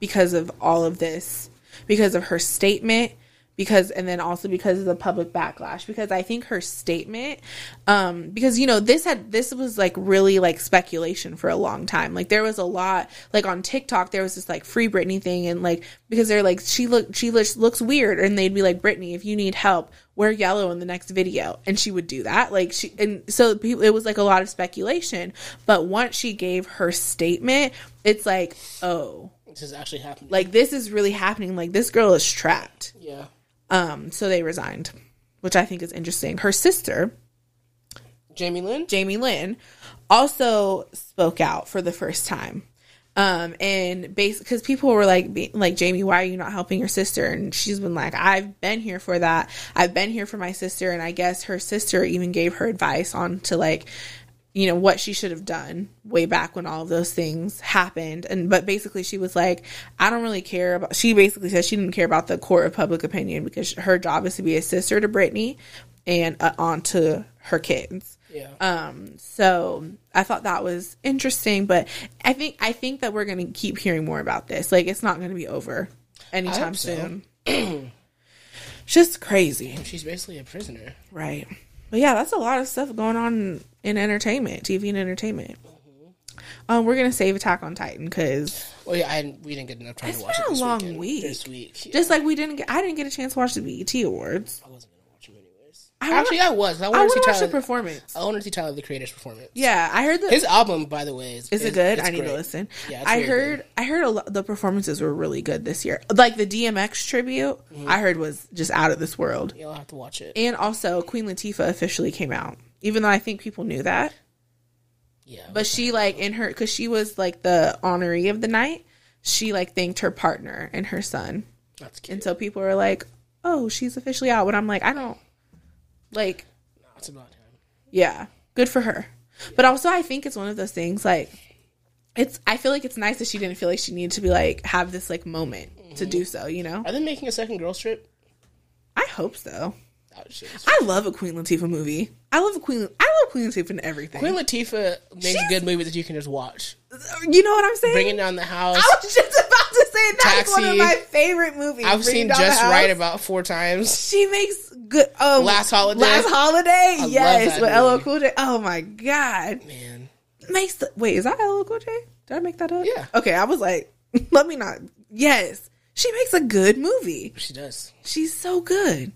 B: because of all of this, because of her statement, because and then also because of the public backlash. Because I think her statement, um, because you know this had this was like really like speculation for a long time. Like there was a lot like on TikTok there was this like free Britney thing and like because they're like she look she looks looks weird and they'd be like Britney if you need help wear yellow in the next video and she would do that like she and so people it was like a lot of speculation but once she gave her statement it's like oh
A: this is actually happening.
B: like this is really happening like this girl is trapped
A: yeah,
B: um so they resigned which i think is interesting her sister
A: Jamie Lynn.
B: jamie lynn also spoke out for the first time um and base because people were like be, like jamie why are you not helping your sister and she's been like i've been here for that i've been here for my sister and i guess her sister even gave her advice on to like you know what she should have done way back when all of those things happened and but basically she was like i don't really care about she basically said she didn't care about the court of public opinion because her job is to be a sister to brittany and uh, on to her kids
A: yeah,
B: Um, so I thought that was interesting, but I think I think that we're gonna keep hearing more about this. Like it's not gonna be over anytime
A: so.
B: soon. [CLEARS THROAT] Just crazy,
A: she's basically a prisoner.
B: right? But yeah, that's a lot of stuff going on in entertainment, TV and entertainment.
A: Mm-hmm.
B: Um, we're gonna save Attack on Titan because
A: Well, yeah, I didn't- we didn't get enough time
B: It's
A: to watch
B: been
A: it
B: a
A: this
B: long
A: weekend.
B: week.
A: This week, yeah,
B: just like we didn't get, I didn't get a chance to watch the BET E Awards.
A: I wasn't gonna watch him anyways.
B: I
A: [LAUGHS]
B: wanna-
A: Actually, I was. I
B: I
A: wanted
B: want
A: to see
B: to watch the
A: Tyler.
B: performance.
A: I wanted to see Tyler the Creator's performance.
B: Yeah, I heard that.
A: His album, by the way, is
B: Is it
A: is-
B: good?
A: it's
B: I need
A: great.
B: to listen.
A: Yeah, it's
B: I
A: very
B: heard. I heard a lot, the performances were really good this year. Like the DMX tribute,
A: Mm-hmm.
B: I heard was just out of this world.
A: You'll have to watch it.
B: And also, Queen Latifah officially came out, even though I think people knew that.
A: Yeah,
B: But she like in her because she was like the honoree of the night. She like thanked her partner and her son,
A: that's cute.
B: and so people were like, "Oh, she's officially out." When I'm like, I don't like.
A: No, it's about time.
B: Yeah, good for her. But also, I think it's one of those things like it's. I feel like it's nice that she didn't feel like she needed to be like have this like moment to do so. You know,
A: Are they making a second girl strip?
B: I hope so.
A: Oh, shit.
B: I love a Queen Latifah movie. I love a Queen. I love Queen Latifah in everything.
A: Queen Latifah makes
B: She's-
A: good movies that you can just watch.
B: you know what I'm saying?
A: Bringing down the house.
B: I was just about to say that's one of
A: Taxi.
B: my favorite movies.
A: I've
B: Bringing
A: seen
B: Down the
A: Just
B: House.
A: Right about four times. [LAUGHS]
B: She makes good. Oh,
A: Last Holiday.
B: Last holiday.
A: love that
B: yes, with LL
A: movie.
B: Cool J. Oh my god,
A: Man,
B: makes the wait. Is that LL Cool J? Did I make that up?
A: Yeah.
B: Okay, I was like, [LAUGHS] let me not. Yes, she makes a good movie.
A: she does.
B: She's so good.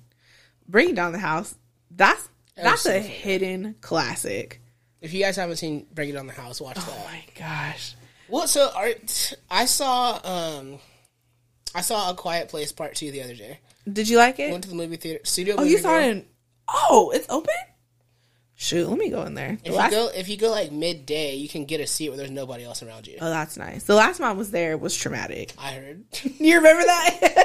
B: Bringing down the house. That's that's
A: Oh, so
B: a
A: funny.
B: hidden classic.
A: If you guys haven't seen Breaking Down the House,
B: [SIGHS]
A: watch
B: Oh
A: that.
B: my gosh.
A: Well, so are, I saw um, I saw A Quiet Place Part Two the other day.
B: Did you like it?
A: Went to the movie theater studio.
B: Oh, you saw it in. Oh, it's open. Shoot, let me go in there. The
A: If you
B: last-
A: go, if you go like midday, you can get a seat where there's nobody else around you.
B: oh, that's nice. The last time I was there was traumatic. [LAUGHS]
A: I heard.
B: You remember that?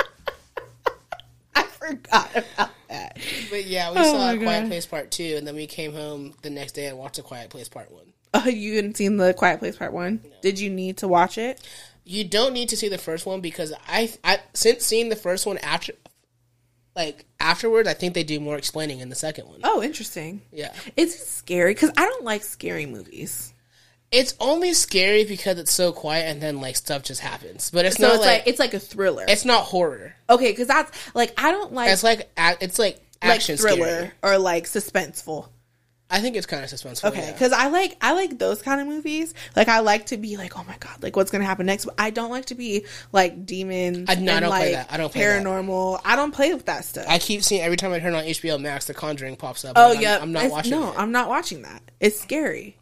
B: [LAUGHS] I forgot about that.
A: [LAUGHS] but yeah, we saw
B: Oh my
A: A Quiet
B: God.
A: Place Part Two, and then we came home the next day and watched A Quiet Place Part One.
B: [LAUGHS] Oh, you hadn't seen the Quiet Place Part One? Did you need to watch it?
A: You don't need to see the first one because I, I since seeing the first one after, like afterwards, I think they do more explaining in the second one.
B: Oh, interesting.
A: Yeah,
B: It's scary because I don't like scary movies.
A: it's only scary because it's so quiet, and then like stuff just happens. But it's
B: So
A: not
B: it's like,
A: like,
B: it's like a thriller.
A: it's not horror.
B: okay, because that's like I don't like
A: It's like a- it's like
B: like
A: action
B: thriller
A: scary.
B: or like suspenseful.
A: I think it's kind of suspenseful.
B: Okay,
A: yeah.
B: because I like I like those kind of movies. Like I like to be like, oh my god, like what's gonna happen next? But I don't like to be like demons.
A: I- no, I don't
B: and, like,
A: play that. I don't play that.
B: paranormal. I don't play with that stuff.
A: I keep seeing every time I turn on HBO Max, The Conjuring pops up.
B: oh
A: and I'm-
B: yeah,
A: I'm not
B: It's-
A: watching.
B: No,
A: it.
B: I'm not watching that. It's scary.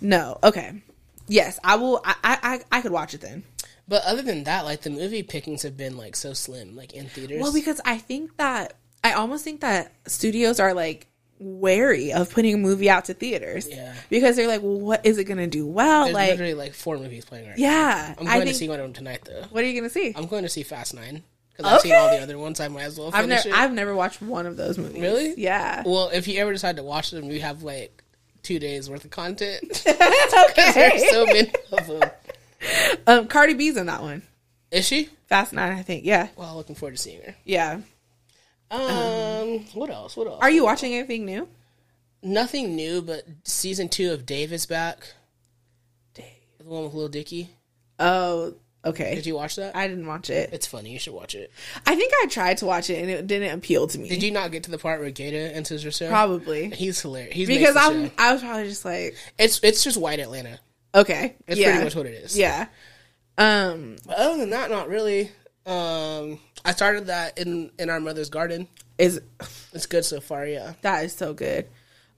B: No. Okay. Yes, I will. I I I, I could watch it then.
A: But other than that, like the movie pickings have been like so slim, like in theaters.
B: Well, because I think that I almost think that studios are like wary of putting a movie out to theaters.
A: Yeah.
B: Because they're like, well, what is it gonna do? Well,
A: there's
B: like,
A: literally like four movies playing right. now.
B: yeah.
A: I'm going
B: I think,
A: to see one of them tonight though.
B: What are you gonna see?
A: I'm going to see Fast Nine because I've seen all the
B: Okay.
A: other ones. I might as well finish
B: I've never,
A: it.
B: I've never watched one of those movies.
A: Really?
B: [LAUGHS] Yeah.
A: well, if you ever decide to watch them, you have like two days worth of
B: [LAUGHS]
A: content. [LAUGHS]
B: okay.
A: There's so many of them.
B: um, Cardi B's in that one.
A: Is she?
B: Fast Nine, I think. Yeah.
A: Well, looking forward to seeing her.
B: Yeah.
A: Um, what else? What else?
B: Are you watching anything new?
A: Nothing new, but season two of Dave is back.
B: Dave.
A: The one with Lil Dicky.
B: Oh, okay.
A: Did you watch that?
B: I didn't watch it.
A: It's funny. You should watch it.
B: I think I tried to watch it and it didn't appeal to me.
A: Did you not get to the part where Gata enters her show?
B: Probably.
A: He's hilarious. He's
B: Because
A: I'm.
B: I'm, I was probably just like,
A: It's it's just white Atlanta.
B: okay.
A: That's
B: yeah.
A: pretty much what it is.
B: Yeah. Um,
A: But other than that, not really. Um, I started that in in our mother's garden.
B: is
A: It's good so far. Yeah.
B: that is so good.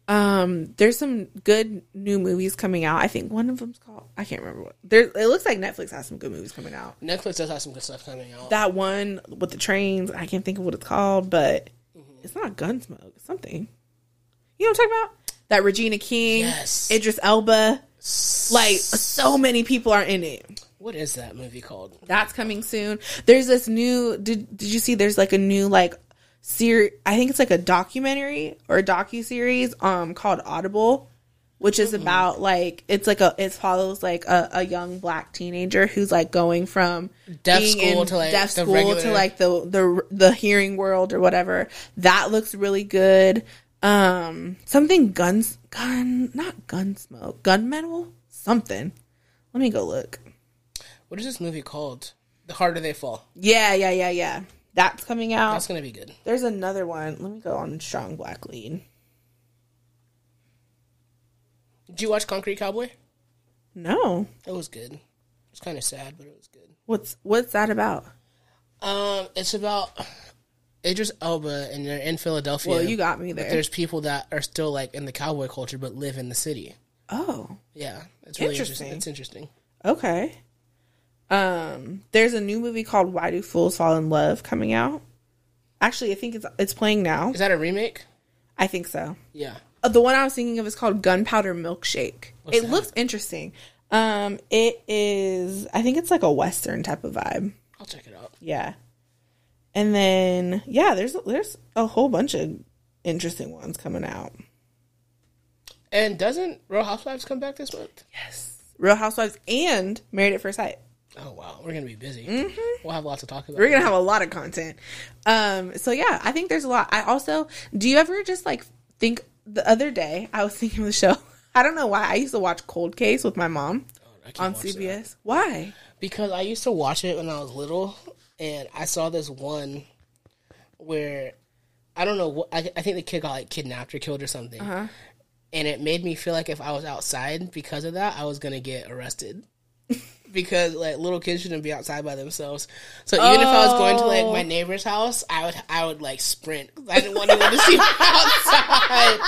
B: Um, there's some good new movies coming out. I think one of them's called I can't remember what. There, it looks like Netflix has some good movies coming out.
A: Netflix does have some good stuff coming out.
B: that one with the trains. I can't think of what it's called, but it's not Gunsmoke. It's something. You know what I'm talking about? That Regina King,
A: Yes.
B: Idris Elba. Like so many people are in it.
A: What is that movie called?
B: That's coming soon. There's this new. Did Did you see? There's like a new like series. I think it's like a documentary or a docu series um called Audible. Which is
A: Mm-hmm.
B: about like it's like a it follows like a, a young black teenager who's like going from
A: Deaf
B: being
A: school
B: in
A: to, like,
B: deaf
A: the
B: school to
A: regular-
B: like the the the hearing world or whatever. That looks really good. Um, something guns gun not gun smoke gun metal something. Let me go look.
A: What is this movie called? The harder they fall.
B: Yeah, yeah, yeah, yeah. That's coming out.
A: That's gonna be good.
B: There's another one. Let me go on Strong Black Lean.
A: Did you watch Concrete Cowboy?
B: No,
A: It was good. It's kind of sad, but it was good.
B: what's what's that about?
A: Um, it's about Idris Elba and they're in Philadelphia.
B: Well, you got me there.
A: There's people that are still like in the cowboy culture but live in the city.
B: Oh,
A: Yeah, it's really interesting.
B: Interesting.
A: It's interesting.
B: okay. Um, there's a new movie called Why Do Fools Fall in Love coming out. Actually, I think it's it's playing now.
A: Is that a remake?
B: I think so.
A: Yeah.
B: Uh, the one I was thinking of is called Gunpowder Milkshake. it
A: that?
B: looks interesting. Um, it is. I think it's like a western type of vibe.
A: I'll check it out.
B: Yeah. And then yeah, there's there's a whole bunch of interesting ones coming out.
A: And doesn't Real Housewives come back this month?
B: Real Housewives and Married at First Sight.
A: Oh wow, we're gonna be busy.
B: Mm-hmm.
A: We'll have a lot to talk about.
B: We're gonna have a lot of content. Um, so yeah, I think there's a lot. I also do you ever just like think the other day I was thinking of the show. [LAUGHS] I don't know why I used to watch Cold Case with my mom
A: Oh, I can't
B: on
A: watch that.
B: CBS. Why?
A: because I used to watch it when I was little, and I saw this one where I don't know what I, I think the kid got like kidnapped or killed or something, and it made me feel like if I was outside because of that, I was gonna get arrested. [LAUGHS] Because like little kids shouldn't be outside by themselves, so even if I was going to like my neighbor's house, I would I would like sprint. 'cause I didn't want anyone to see me [LAUGHS] outside.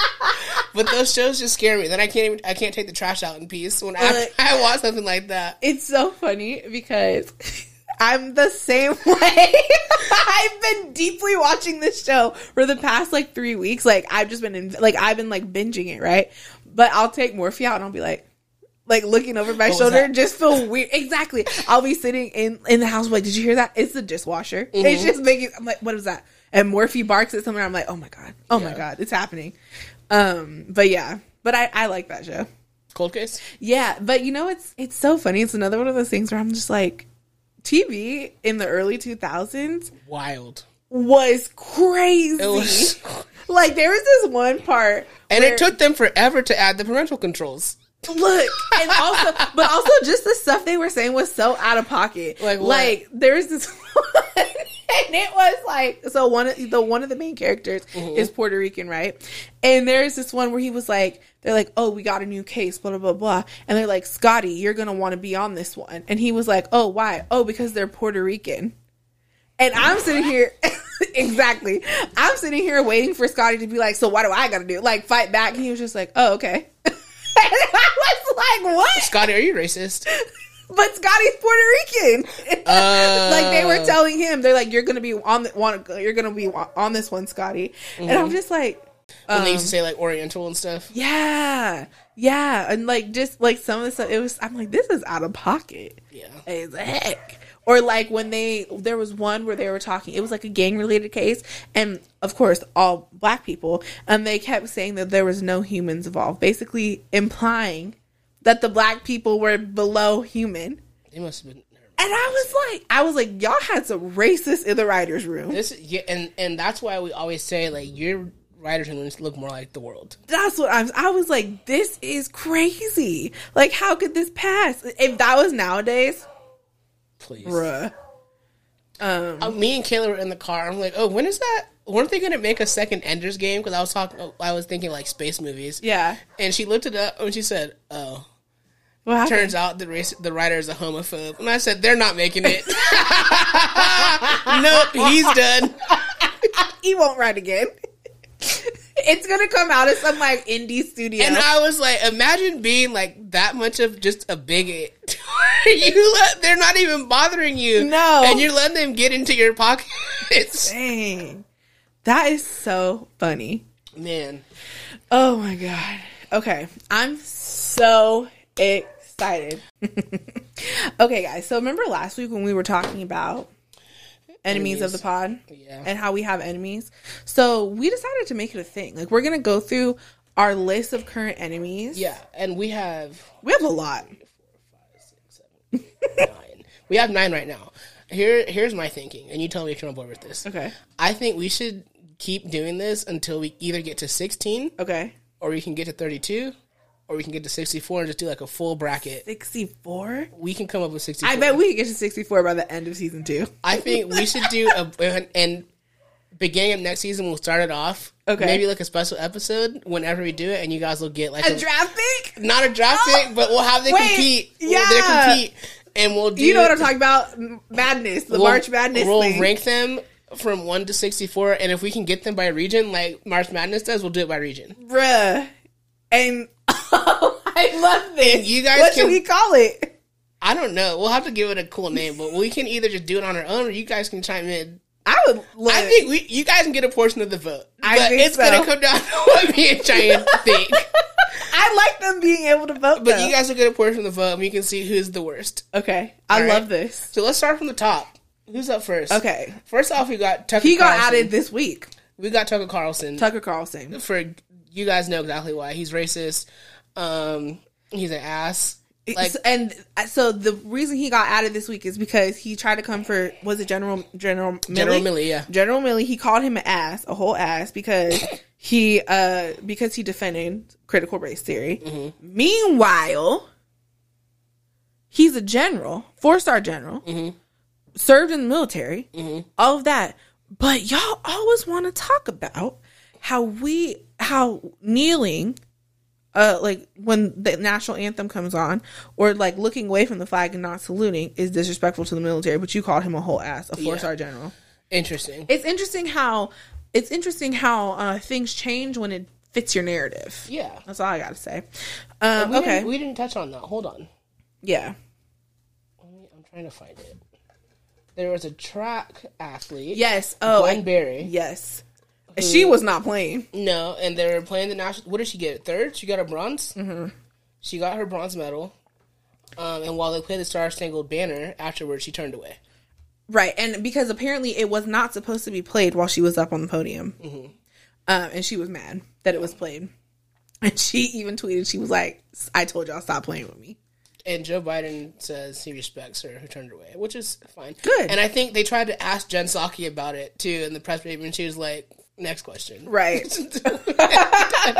A: But those shows just scare me. Then I can't even I can't take the trash out in peace when I,
B: Like-
A: [LAUGHS] I watch something like that.
B: [LAUGHS] It's so funny because [LAUGHS] I'm the same [LAUGHS] way. I've been deeply watching this show for the past like three weeks. Like I've just been in, like I've been like binging it, right? But I'll take Morphe out and I'll be like, like looking over my
A: was
B: shoulder,
A: that?
B: and just feel weird. Exactly. I'll be sitting in in the house like, did you hear that? It's the dishwasher.
A: Mm-hmm.
B: It's just making. I'm like, what is that? And Morphe barks at someone. I'm like, oh my god, oh my
A: Yeah.
B: god, it's happening. Um, but yeah, but I I like that show.
A: Cold case.
B: Yeah, but you know it's it's so funny. It's another one of those things where I'm just like TV in the early 2000s
A: wild.
B: was crazy.
A: It
B: [LAUGHS]
A: was,
B: like there was this one part
A: and
B: where-
A: it took them forever to add the parental controls.
B: look and also but also just the stuff they were saying was so out of pocket.
A: Like what?
B: like there was this [LAUGHS] one and it was like so one of the one of the main characters
A: Mm-hmm.
B: is Puerto Rican, right? And there's this one where he was like they're like, "Oh, we got a new case, blah blah blah." blah. And they're like, "Scotty, you're going to want to be on this one." And he was like, "Oh, why?" "Oh, because they're Puerto Rican." And I'm sitting here, [LAUGHS] exactly. I'm sitting here waiting for Scotty to be like, so what do I gotta do? Like, fight back. And he was just like, oh, okay. [LAUGHS] and I was like, what?
A: Scotty, are you racist?
B: But Scotty's Puerto Rican. [LAUGHS]
A: Oh.
B: like they were telling him, they're like, you're gonna be on the one, you're gonna be on this one, Scotty. And I'm just like,
A: when they used to say like Oriental and stuff.
B: yeah, yeah, and like just like some of the stuff, it was. I'm like, this is out of pocket.
A: Yeah.
B: as heck. Or like when they there was one where they were talking, it was like a gang related case, and of course all black people, and they kept saying that there was no humans involved, basically implying that the black people were below human.
A: They must have been.
B: And I was like, I was like, y'all had some racists in the writers' room.
A: This yeah, and and that's why we always say like your writers and links look more like the world.
B: That's what I'm. I was like, this is crazy. Like, how could this pass? If that was nowadays,
A: Please,
B: bruh.
A: Uh, me and Kayla were in the car. I'm like, oh, when is that? Weren't they gonna make a second Ender's Game? Because I was talking, I was thinking like space movies.
B: Yeah.
A: And she looked it up and she said, oh,
B: What happened?
A: turns out the race, the writer is a homophobe. And I said, they're not making it. [LAUGHS] nope, he's done.
B: he won't write again. [LAUGHS] it's gonna come out of some like indie studio.
A: And I was like, imagine being like that much of just a bigot. [LAUGHS] you let, they're not even bothering you.
B: No.
A: And you're letting them get into your pockets.
B: Dang, that is so funny.
A: Man.
B: Oh my god. Okay, I'm so excited. [LAUGHS] okay, guys. So remember last week when we were talking about enemies, of the pod
A: Yeah.
B: and how we have enemies. So we decided to make it a thing. Like we're gonna go through our list of current enemies.
A: Yeah. And we have
B: we have a lot.
A: nine. we have nine right now. Here, here's my thinking, and you tell me if you're on board with this.
B: Okay.
A: I think we should keep doing this until we either get to 16
B: Okay,
A: or we can get to 32 or we can get to 64 and just do like a full bracket.
B: sixty-four.
A: We can come up with 64.
B: I bet we could get to 64 by the end of season two.
A: I think we should do a and beginning of next season we'll start it off.
B: Okay.
A: Maybe like a special episode whenever we do it, and you guys will get like
B: A draft pick?
A: not a draft
B: Oh!
A: pick, but we'll have them
B: Wait,
A: compete. We'll-
B: yeah.
A: they compete, and we'll do.
B: You know what I'm talking about? M- Madness, the
A: we'll-
B: March Madness
A: We'll
B: thing.
A: rank them from one to sixty four, and if we can get them by region, like March Madness does, we'll do it by region.
B: Bruh. And I love this.
A: You guys
B: what
A: can-
B: should we call it?
A: I don't know. We'll have to give it a cool name, but we can either just do it on our own, or you guys can chime in.
B: I would love
A: I think we, you guys can get a portion of the vote,
B: I
A: but
B: think
A: it's gonna
B: so.
A: come down [LAUGHS] to what me and
B: [LAUGHS]
A: Cheyenne think.
B: I like them being able to
A: But
B: vote. though.
A: you guys will get a portion of the vote, and we can see who's the worst.
B: Okay. I
A: All right.
B: love this.
A: So let's start from the top. Who's up first?
B: Okay.
A: First off, we got Tucker.
B: He got
A: Carlson.
B: outed this week.
A: We got Tucker Carlson.
B: Tucker Carlson.
A: for you guys know exactly why he's racist. Um, he's an ass. Like
B: So- and uh, so the reason he got outed this week is because he tried to come for was it General General Milley?
A: General Milley, yeah.
B: General Milley. He called him an ass, a whole ass, because he uh because he defended critical race theory. Meanwhile, he's a general, four star general, served in the military, all of that. But y'all always want to talk about how we how kneeling uh like when the national anthem comes on or like looking away from the flag and not saluting is disrespectful to the military but you called him a whole ass a four star general
A: Interesting.
B: it's interesting how it's interesting how uh things change when it fits your narrative
A: Yeah.
B: that's all i gotta say um
A: We
B: okay
A: Didn't, we didn't touch on that. Hold on.
B: yeah
A: Let me- I'm trying to find it. There was a track athlete.
B: yes oh
A: Gwen
B: I-
A: Berry.
B: yes she was not playing
A: No, and they were playing the national. What did she get? Third. She got a bronze. Mm-hmm. She got her bronze medal. Um, and while they played the Star Spangled Banner, afterwards she turned away.
B: right and because apparently it was not supposed to be played while she was up on the podium um and she was mad that it was played and she even tweeted she was like i told y'all stop playing with me
A: And Joe Biden says he respects her who turned away, which is fine.
B: Good.
A: And I think they tried to ask Jen Psaki about it too in the press briefing, and she was like, "Next question." [LAUGHS]
B: Right.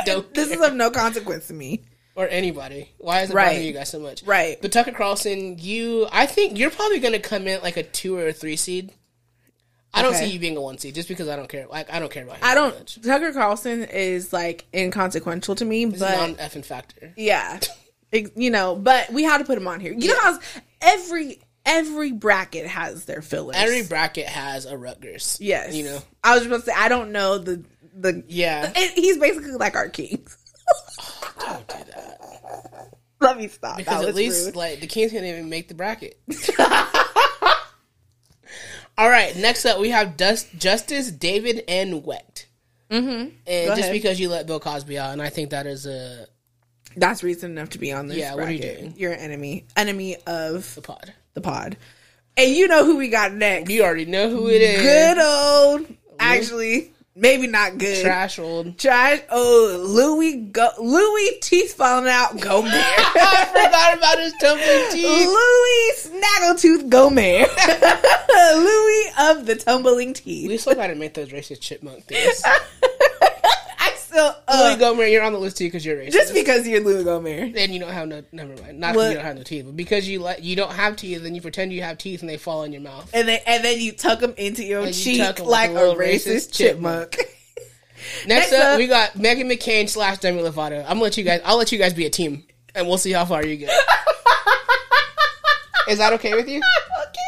A: Don't
B: [LAUGHS] this is of no consequence to me.
A: or anybody. Why is it
B: Right.
A: bothering you guys so much?
B: Right.
A: But Tucker Carlson, you, I think you're probably going to come in like a two or a three seed. I don't
B: Okay.
A: see you being a one seed just because I don't care. Like I don't care about him.
B: I
A: that
B: don't.
A: much.
B: Tucker Carlson is like inconsequential to me,
A: He's
B: but
A: not an effing factor.
B: yeah, Ex- you know. But we had to put him on here. You know how every every bracket has their fillers.
A: Every bracket has a Rutgers.
B: yes,
A: You know.
B: I was supposed to say I don't know the the. [LAUGHS]
A: Yeah.
B: And he's basically like our king. [LAUGHS]
A: Don't do that.
B: Let me stop. That
A: Because
B: was
A: at least
B: rude.
A: like the Kings can't even make the
B: [LAUGHS]
A: bracket. [LAUGHS] All right, next up we have Dust, Justice David N. Wecht. Mm-hmm. And just
B: ahead.
A: because you let Bill Cosby out, and I think that is a,
B: that's reason enough to be on this.
A: Yeah, what are you doing?
B: You're an enemy, enemy of
A: a pod.
B: the pod, and you know who we got next.
A: You already know who it is.
B: good old actually maybe not good trash,
A: Trash old. [LAUGHS]
B: oh louis go louis teeth falling
A: [LAUGHS]
B: out gomez
A: I forgot about his tumbling
B: [LAUGHS]
A: teeth.
B: louis snaggletooth gomez [LAUGHS] louis of the tumbling teeth
A: We still gotta make those racist chipmunk things.
B: i still
A: Louis
B: uh,
A: Gomer, you're on the list too because you're racist.
B: just because you're louis gomez
A: then you don't have no. Never mind. Not because
B: What?
A: you don't have no teeth, but because you let you don't have teeth, then you pretend you have teeth and they fall in your mouth.
B: and then and then you tuck them into your
A: And you tuck
B: cheek
A: 'em
B: like a
A: like a little
B: racist,
A: racist
B: chipmunk, [LAUGHS]
A: Next,
B: Next
A: up,
B: up-
A: we got Megan McCain slash Demi Lovato. I'm gonna let you guys. I'll let you guys be a team, and we'll see how far you get.
B: [LAUGHS]
A: Is that okay with you?
B: Okay.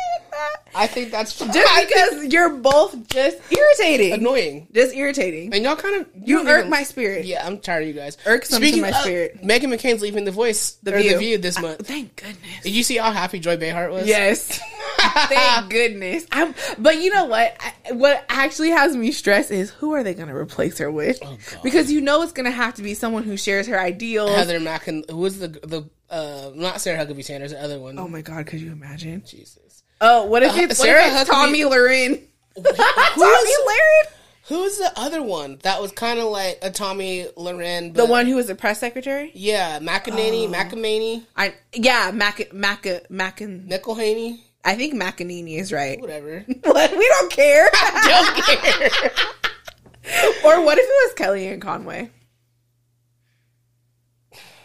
A: I think that's
B: just because you're both just irritating
A: annoying,
B: just irritating
A: and y'all kind of
B: you
A: don't
B: irk
A: even-
B: my
A: [LAUGHS]
B: spirit
A: Yeah, I'm tired of you guys.
B: Irks them to my
A: of-
B: spirit.
A: Megan McCain's leaving the voice
B: The
A: or
B: View.
A: the View this
B: Uh,
A: month.
B: Thank goodness.
A: Did you see how happy Joy Behart was?
B: Yes.
A: [LAUGHS]
B: Thank goodness. I'm, but you know what? I, what actually has me stressed is who are they going to replace her with?
A: Oh, God.
B: because you know it's going to have to be someone who shares her ideals.
A: Heather Macken. Who was the the uh, not Sarah Huckabee Sanders? The other one.
B: oh my God, could you imagine?
A: Jesus.
B: Oh, what if
A: Uh,
B: it's,
A: Sarah
B: Sarah what if it's
A: Huckabee-
B: Tommy Loren? Tommy
A: is-
B: Loren?
A: Who's the other one that was kind of like a Tommy Loren?
B: The
A: But,
B: one Oh. who was the press secretary?
A: Yeah, McEnany, McEnany,
B: I Yeah, Mac, Mac, Mac,
A: McElhaney,
B: I think Macanini is right. [LAUGHS]
A: whatever. [LAUGHS]
B: What? We don't care.
A: Don't care.
B: Or what if it was Kellyanne Conway?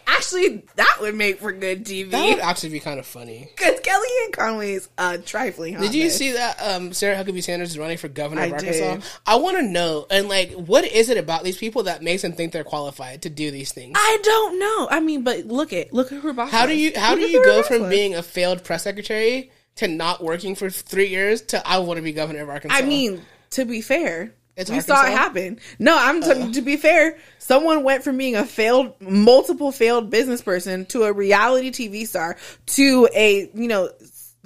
B: Actually, that would make for good
A: That would
B: TV
A: actually be kind of funny.
B: because Kellyanne Conway is uh, trifling.
A: Did you see that um, Sarah Huckabee Sanders is running for governor of
B: I
A: Arkansas?
B: did.
A: I want to know and like, what is it about these people that makes them think they're qualified to do these things?
B: I don't know. I mean, but look at look at her boss.
A: How do you how
B: Look
A: do
B: at
A: you
B: who her
A: go
B: boss
A: from
B: was.
A: being a failed press secretary to not working for three years to I want to be governor of Arkansas?
B: I mean, to be fair,
A: It's
B: we saw it
A: Arkansas. Oh.
B: happen. No, I'm t- to be fair. Someone went from being a failed, multiple failed business person to a reality TV star to a you know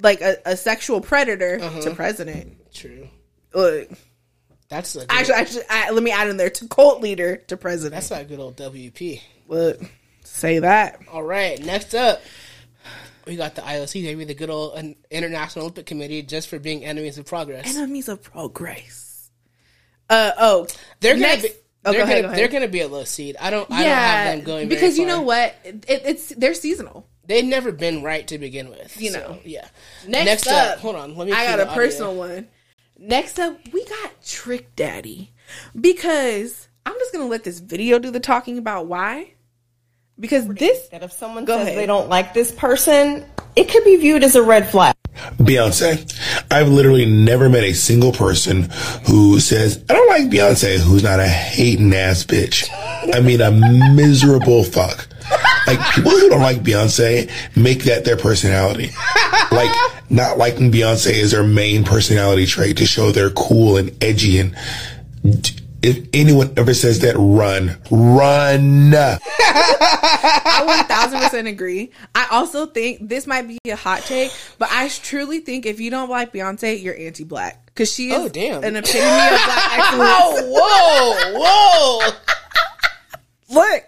B: like a, a sexual predator
A: Uh-huh.
B: to president.
A: True.
B: Uh,
A: That's a good,
B: actually, actually, I, let me add in there to cult leader to president.
A: that's not good old WP.
B: Look, say that.
A: All right, next up, we got the IOC. They be the good old uh, International Olympic Committee just for being enemies of progress.
B: Enemies of progress. Uh oh,
A: They're gonna
B: next-
A: be.
B: Oh, go
A: they're,
B: ahead,
A: gonna,
B: go ahead.
A: they're gonna be a low seed. I don't. I don't have them going very
B: because you
A: far.
B: know what? It, it's they're seasonal.
A: they've never been right to begin with.
B: You
A: so,
B: know.
A: yeah.
B: Next up,
A: hold on. Let me. cue
B: I got
A: the
B: a
A: audio.
B: personal one. Next up, we got Trick Daddy because I'm just gonna let this video do the talking about why. Because this,
D: that if someone
B: Go
D: says
B: ahead.
D: they don't like this person, it could be viewed as a red flag.
E: Beyonce. I've literally never met a single person who says, I don't like Beyonce, who's not a hating ass bitch. I mean, a miserable fuck. Like, people who don't like Beyonce make that their personality. Like, not liking Beyonce is their main personality trait to show they're cool and edgy. And if anyone ever says that, run, run.
B: I 1,000 percent agree. I also think this might be a hot take, but I truly think if you don't like Beyonce, you're anti-black because she is
A: Oh, damn.
B: an
A: [LAUGHS]
B: epitome of black excellence.
A: Oh, [LAUGHS] whoa, [LAUGHS] whoa.
B: Look,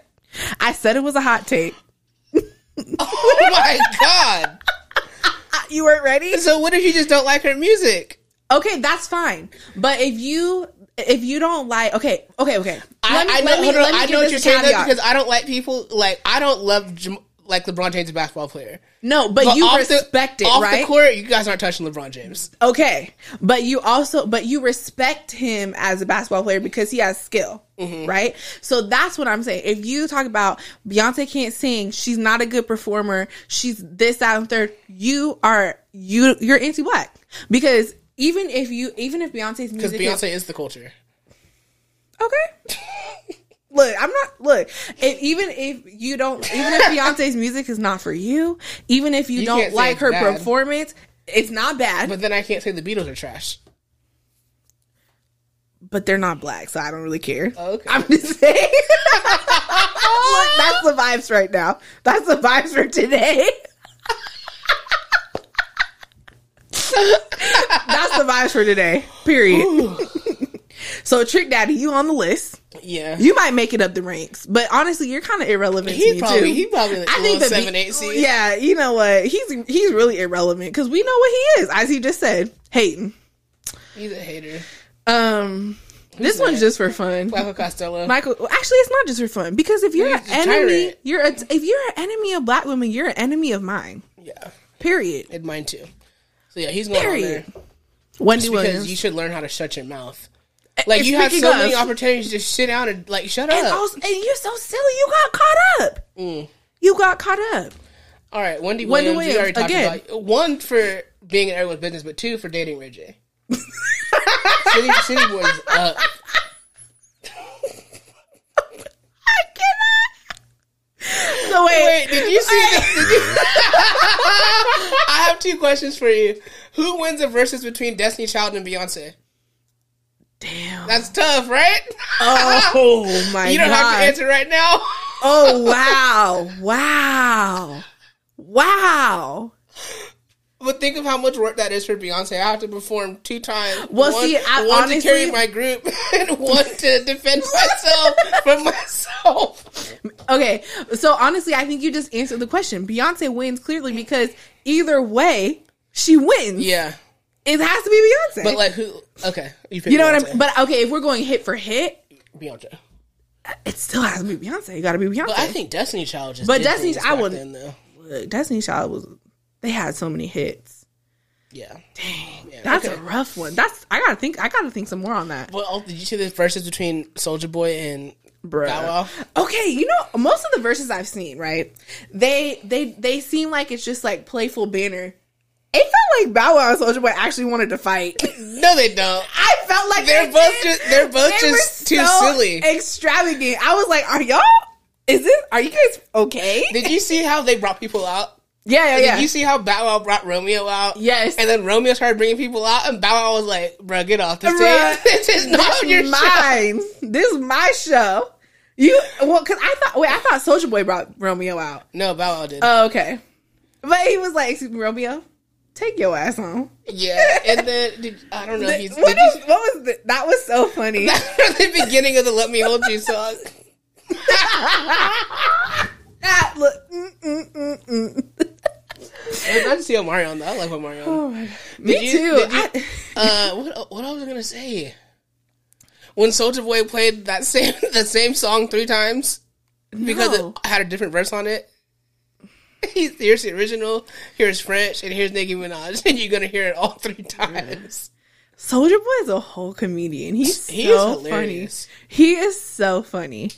B: I said it was a hot take.
A: Oh my god. Uh,
B: You weren't ready.
A: So what if you just don't like her music?
B: Okay, that's fine. But if you if you don't like, okay, okay, okay.
A: I,
B: Let me-
A: I know,
B: let me-
A: hold on,
B: let me
A: I
B: give
A: know what
B: this
A: you're
B: a
A: saying though,
B: caveat.
A: because I don't like people like I don't love Jam- like LeBron James, a basketball player.
B: no, but, you
A: off the-
B: respect it,
A: off
B: right?
A: the court. You guys aren't touching LeBron James.
B: Okay, but you also but you respect him as a basketball player because he has skill,
A: Mm-hmm.
B: right? So that's what I'm saying. If you talk about Beyonce can't sing, she's not a good performer, she's this, that, and third. You are you you're anti-black because even if you even if Beyonce's
A: Because
B: music is
A: Beyonce is the culture.
B: Okay. [LAUGHS] look, I'm not look. If, even if you don't, even if Beyonce's music is not for you, even if you,
A: You can't
B: don't
A: say
B: like
A: it's
B: her
A: bad.
B: performance, it's not bad.
A: But
B: But,
A: then I can't say the Beatles are trash.
B: they're not black, so I don't really care.
A: Oh, Okay.
B: I'm just saying. [LAUGHS] look, that's the vibes right now. That's the vibes for today. that's the vibes for today. Period. so, Trick Daddy, you on the list?
A: Yeah.
B: You might make it up the ranks, but honestly, you're kind of irrelevant.
A: He
B: to me
A: probably-
B: too.
A: he probably a little
B: that be-
A: seven, eight seed.
B: Yeah, you know what? He's he's really irrelevant because we know what he is, as he just said, hating.
A: He's a hater.
B: Um, this one's just for fun.
A: Michael Costello.
B: Michael, well, actually, it's not just for fun because if you're an
A: He's a
B: enemy,
A: tyrant.
B: you're a, if you're an enemy of black women, you're an enemy of mine.
A: yeah.
B: Period.
A: And mine too. So yeah, he's going on there.
B: Period. Wendy
A: Just because
B: Williams.
A: you should learn how to shut your mouth. Like
B: and
A: you have
B: speaking
A: so
B: of-
A: many opportunities to just sit down and like shut up. Mm.
B: and also, and you're so silly. You got caught up. You got caught up.
A: All right, Wendy
B: Wendy
A: Williams. we already
B: Williams,
A: talked
B: again.
A: about one for being in everyone's business, but two for dating Ray
B: [LAUGHS]
A: J. City, City Boy is up.
B: I cannot. So wait,
A: Wait, did you see this? Did you- [LAUGHS] I have two questions for you. Who wins a versus between Destiny Child and Beyonce? [LAUGHS]
B: damn.
A: That's tough, right?
B: Oh my
A: you don't
B: god.
A: have to answer right now. [LAUGHS]
B: Oh wow. Wow. Wow.
A: But think of how much work that is for Beyonce. I have to perform two times.
B: Well,
A: one,
B: see, I
A: one
B: honestly-
A: to carry my group [LAUGHS] and one to defend myself from myself.
B: Okay. So honestly, I think you just answered the question. Beyonce wins clearly because either way, she wins.
A: Yeah,
B: It has to be Beyonce.
A: but like who? Okay, pick
B: you know what
A: Beyonce.
B: I mean? But okay, if we're going hit for hit,
A: Beyonce.
B: it still has to be Beyonce. You gotta be Beyonce.
A: But I think Destiny Child just.
B: But
A: did
B: Destiny-
A: things
B: I
A: back
B: wouldn't-
A: then, though.
B: Look, Destiny Child was they had so many hits.
A: Yeah. Yeah,
B: That's
A: okay.
B: a rough one. That's I gotta think I gotta think some more on that.
A: Well, oh, did you see this verses between Soldier Boy and
B: Bruh.
A: Bow Wow?
B: Okay, you know most of the verses I've seen, right? They they they seem like it's just like playful banner. It felt like Bow Wow and Soldier Boy actually wanted to fight. [LAUGHS]
A: No, they don't.
B: I felt like
A: They're
B: they
A: both
B: did.
A: just- they're both
B: were
A: just too silly.
B: extravagant. I was like, are y'all? Is this? Are you guys okay?
A: Did you see how they brought people out?
B: Yeah, yeah,
A: And
B: Oh, yeah.
A: then you see how Bow Wow brought Romeo out?
B: Yes.
A: And then Romeo started bringing people out, and Bow Wow was like, bruh, get off the
B: Bruh,
A: stage. [LAUGHS] this is not your show.
B: mine. This is my show. You well, cause I thought wait, I thought Soldier Boy brought Romeo out.
A: No, Bow Wow did.
B: Oh, okay. But he was like, "Excuse me, Romeo, take your ass home." [LAUGHS]
A: yeah. And then, did, I don't know if you
B: What,
A: did you
B: was, what was the, that? Was
A: [LAUGHS]
B: so funny. [LAUGHS]
A: the beginning of the Let Me Hold You song.
B: that look. Mm, mm, mm, mm.
A: I just see Omarion though. I like Omarion.
B: Me
A: you-
B: too.
A: did you-
B: I-
A: Uh, what what I was gonna say? When Soldier Boy played that [LAUGHS] same the same song three times because
B: No.
A: it had a different verse on it. [LAUGHS] He's, here's the original, here's French, and here's Nicki Minaj, [LAUGHS] and you're gonna hear it all three times.
B: Soldier Boy is a whole comedian. He's
A: He is
B: so funny.
A: hilarious.
B: He is so funny.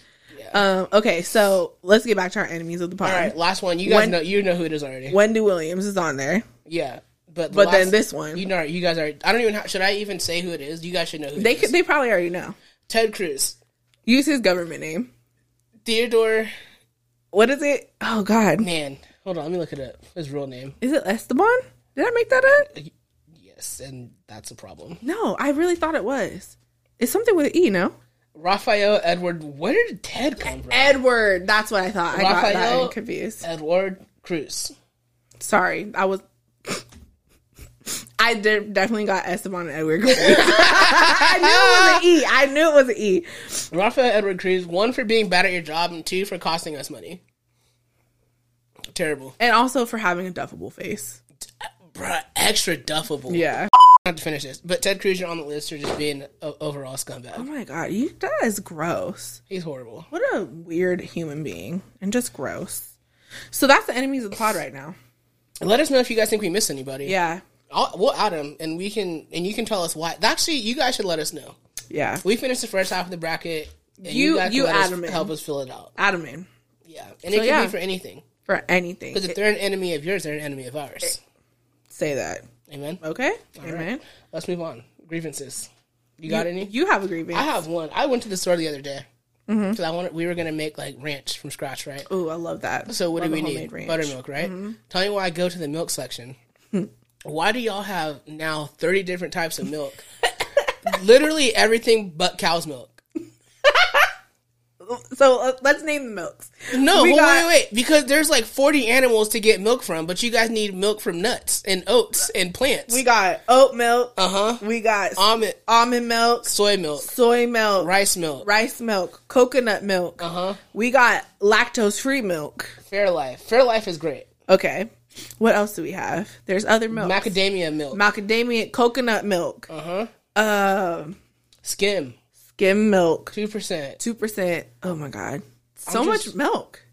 B: Um, okay, so let's get back to our enemies of the pod.
A: All right, last one. You guys
B: When-
A: know you know who it is already.
B: Wendy Williams is on there,
A: Yeah, but the
B: but then
A: last-
B: this one,
A: you know you guys are. I don't even ha- should I even say who it is. You guys should know who
B: they
A: it is.
B: could, they probably already know.
A: Ted Cruz,
B: Use his government name.
A: Theodore.
B: What is it? Oh God,
A: Man, hold on. Let me look it up. His real name.
B: is it Esteban? Did I make that up?
A: Yes, and that's a problem.
B: No, I really thought it was. It's something with an E, no?
A: Raphael Edward. Where did Ted come from?
B: Edward. That's what I thought. I got
A: Raphael-
B: that confused.
A: Edward Cruz.
B: Sorry, I was. I de- definitely got Esteban and Edward. confused. [LAUGHS] I knew it was an E. I knew it was an E.
A: Raphael Edward Cruz. One for being bad at your job, and two for costing us money. Terrible,
B: And also for having a duffable face.
A: bruh. Extra duffable.
B: Yeah.
A: Not to finish this, but Ted Cruz, you're on the list for just being an overall scumbag.
B: Oh my god, you that is gross.
A: He's horrible.
B: What a weird human being and just gross. So that's the enemies of the pod right now.
A: Let us know if you guys think we missed anybody.
B: Yeah.
A: I'll, we'll add him, and we can, and you can tell us why. Actually, you guys should let us know.
B: Yeah.
A: We finished the first half of the bracket. And
B: You-
A: guys can
B: you
A: let us-
B: add 'em in.
A: help us fill it out.
B: Adamant
A: Yeah, and it can
B: yeah.
A: be for anything.
B: for anything.
A: Because if they're an enemy of yours, they're an enemy of ours.
B: Say that.
A: Amen.
B: Okay? Amen.
A: Let's move on. Grievances. You got any?
B: You have a grievance.
A: I have one. I went to the store the other day because I wanted. We were gonna make like ranch from scratch, right?
B: Ooh, I love that.
A: So what
B: Love
A: do we
B: a
A: need?
B: homemade ranch.
A: Buttermilk, right? Tell me why I go to the milk [LAUGHS] section. why do y'all have now thirty different types of milk? [LAUGHS] Literally everything but cow's milk.
B: So uh, let's name the milks.
A: No,
B: We
A: well,
B: got-
A: wait, wait, because there's like 40 animals to get milk from, but you guys need milk from nuts and oats and plants.
B: We got oat milk.
A: uh huh.
B: We got
A: Almond,
B: almond milk,
A: soy milk,
B: soy milk,
A: rice milk,
B: rice milk, coconut milk.
A: uh huh.
B: We got lactose free milk.
A: Fairlife. Fairlife is great.
B: Okay. What else do we have? There's other milk.
A: Macadamia milk,
B: Macadamia coconut milk. Uh-huh.
A: skim,
B: skim milk.
A: 2%.
B: 2%. Oh my god. So
A: I'm
B: much
A: just-
B: milk.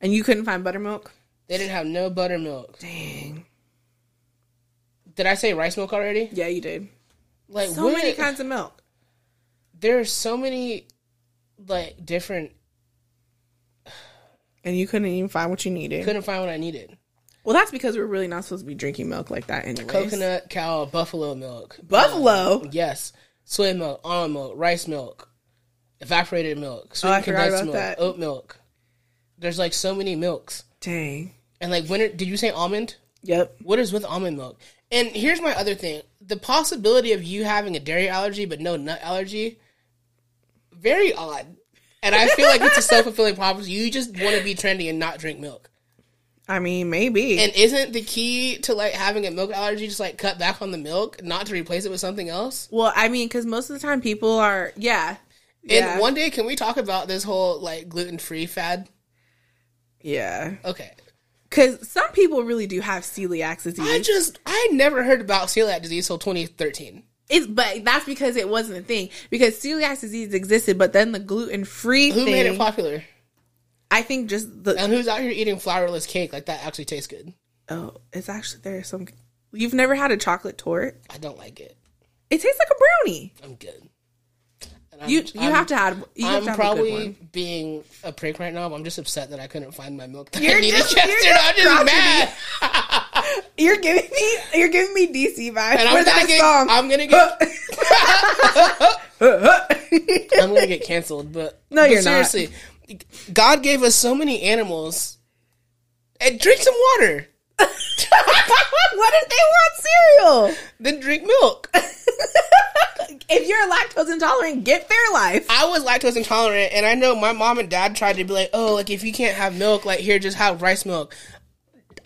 B: And you couldn't find buttermilk?
A: They didn't have no buttermilk.
B: Dang.
A: Did I say rice milk already?
B: Yeah, you did.
A: Like,
B: So
A: what-
B: many kinds of milk.
A: There are so many, like, different.
B: And you couldn't even find what you needed.
A: Couldn't find what I needed.
B: Well, that's because we're really not supposed to be drinking milk like that anyways.
A: Coconut, cow, buffalo milk.
B: Buffalo.
A: Yes. Soy milk, almond milk, rice milk, evaporated milk, sweet
B: Oh, I forgot
A: condensed
B: about
A: milk,
B: that.
A: oat milk. There's like so many milks.
B: Dang.
A: And like when are, did you say almond?
B: Yep.
A: What is with almond milk? And here's my other thing. The possibility of you having a dairy allergy but no nut allergy very odd. And I feel like it's a self-fulfilling prophecy. You just want to be trendy and not drink milk.
B: I mean, maybe.
A: And isn't the key to like having a milk allergy just like cut back on the milk, not to replace it with something else?
B: well, I mean, because most of the time people are, yeah, Yeah.
A: And one day, can we talk about this whole like gluten free fad?
B: yeah.
A: Okay.
B: Because some people really do have celiac disease.
A: I just, I never heard about celiac disease till 2013.
B: It's but that's because it wasn't a thing because celiac disease existed, but then the gluten free
A: Who
B: thing.
A: made it popular?
B: I think just the
A: And who's out here eating flourless cake? Like, that actually tastes good.
B: oh, it's actually there's some. You've never had a chocolate tort?
A: I don't like it.
B: It tastes like a brownie.
A: I'm good. And I'm-
B: You you
A: I'm-
B: have to have. You have
A: I'm
B: to have a good
A: probably
B: one.
A: being a prick right now, but I'm just upset that I couldn't find my milk that I
B: You're
A: needed
B: just- you're
A: yesterday. I'm just
B: just [LAUGHS]
A: mad.
B: You're giving me you're giving me DC vibes.
A: And I'm
B: Where's
A: gonna
B: that
A: get,
B: song?
A: I'm gonna get, I'm gonna get canceled. But
B: No,
A: but
B: you're not.
A: seriously, God gave us so many animals, and drink some water.
B: [LAUGHS] what if they want cereal?
A: Then drink milk.
B: If you're lactose intolerant, get Fair Life.
A: I was lactose intolerant, and I know my mom and dad tried to be like, "Oh, like if you can't have milk, like here, just have rice milk."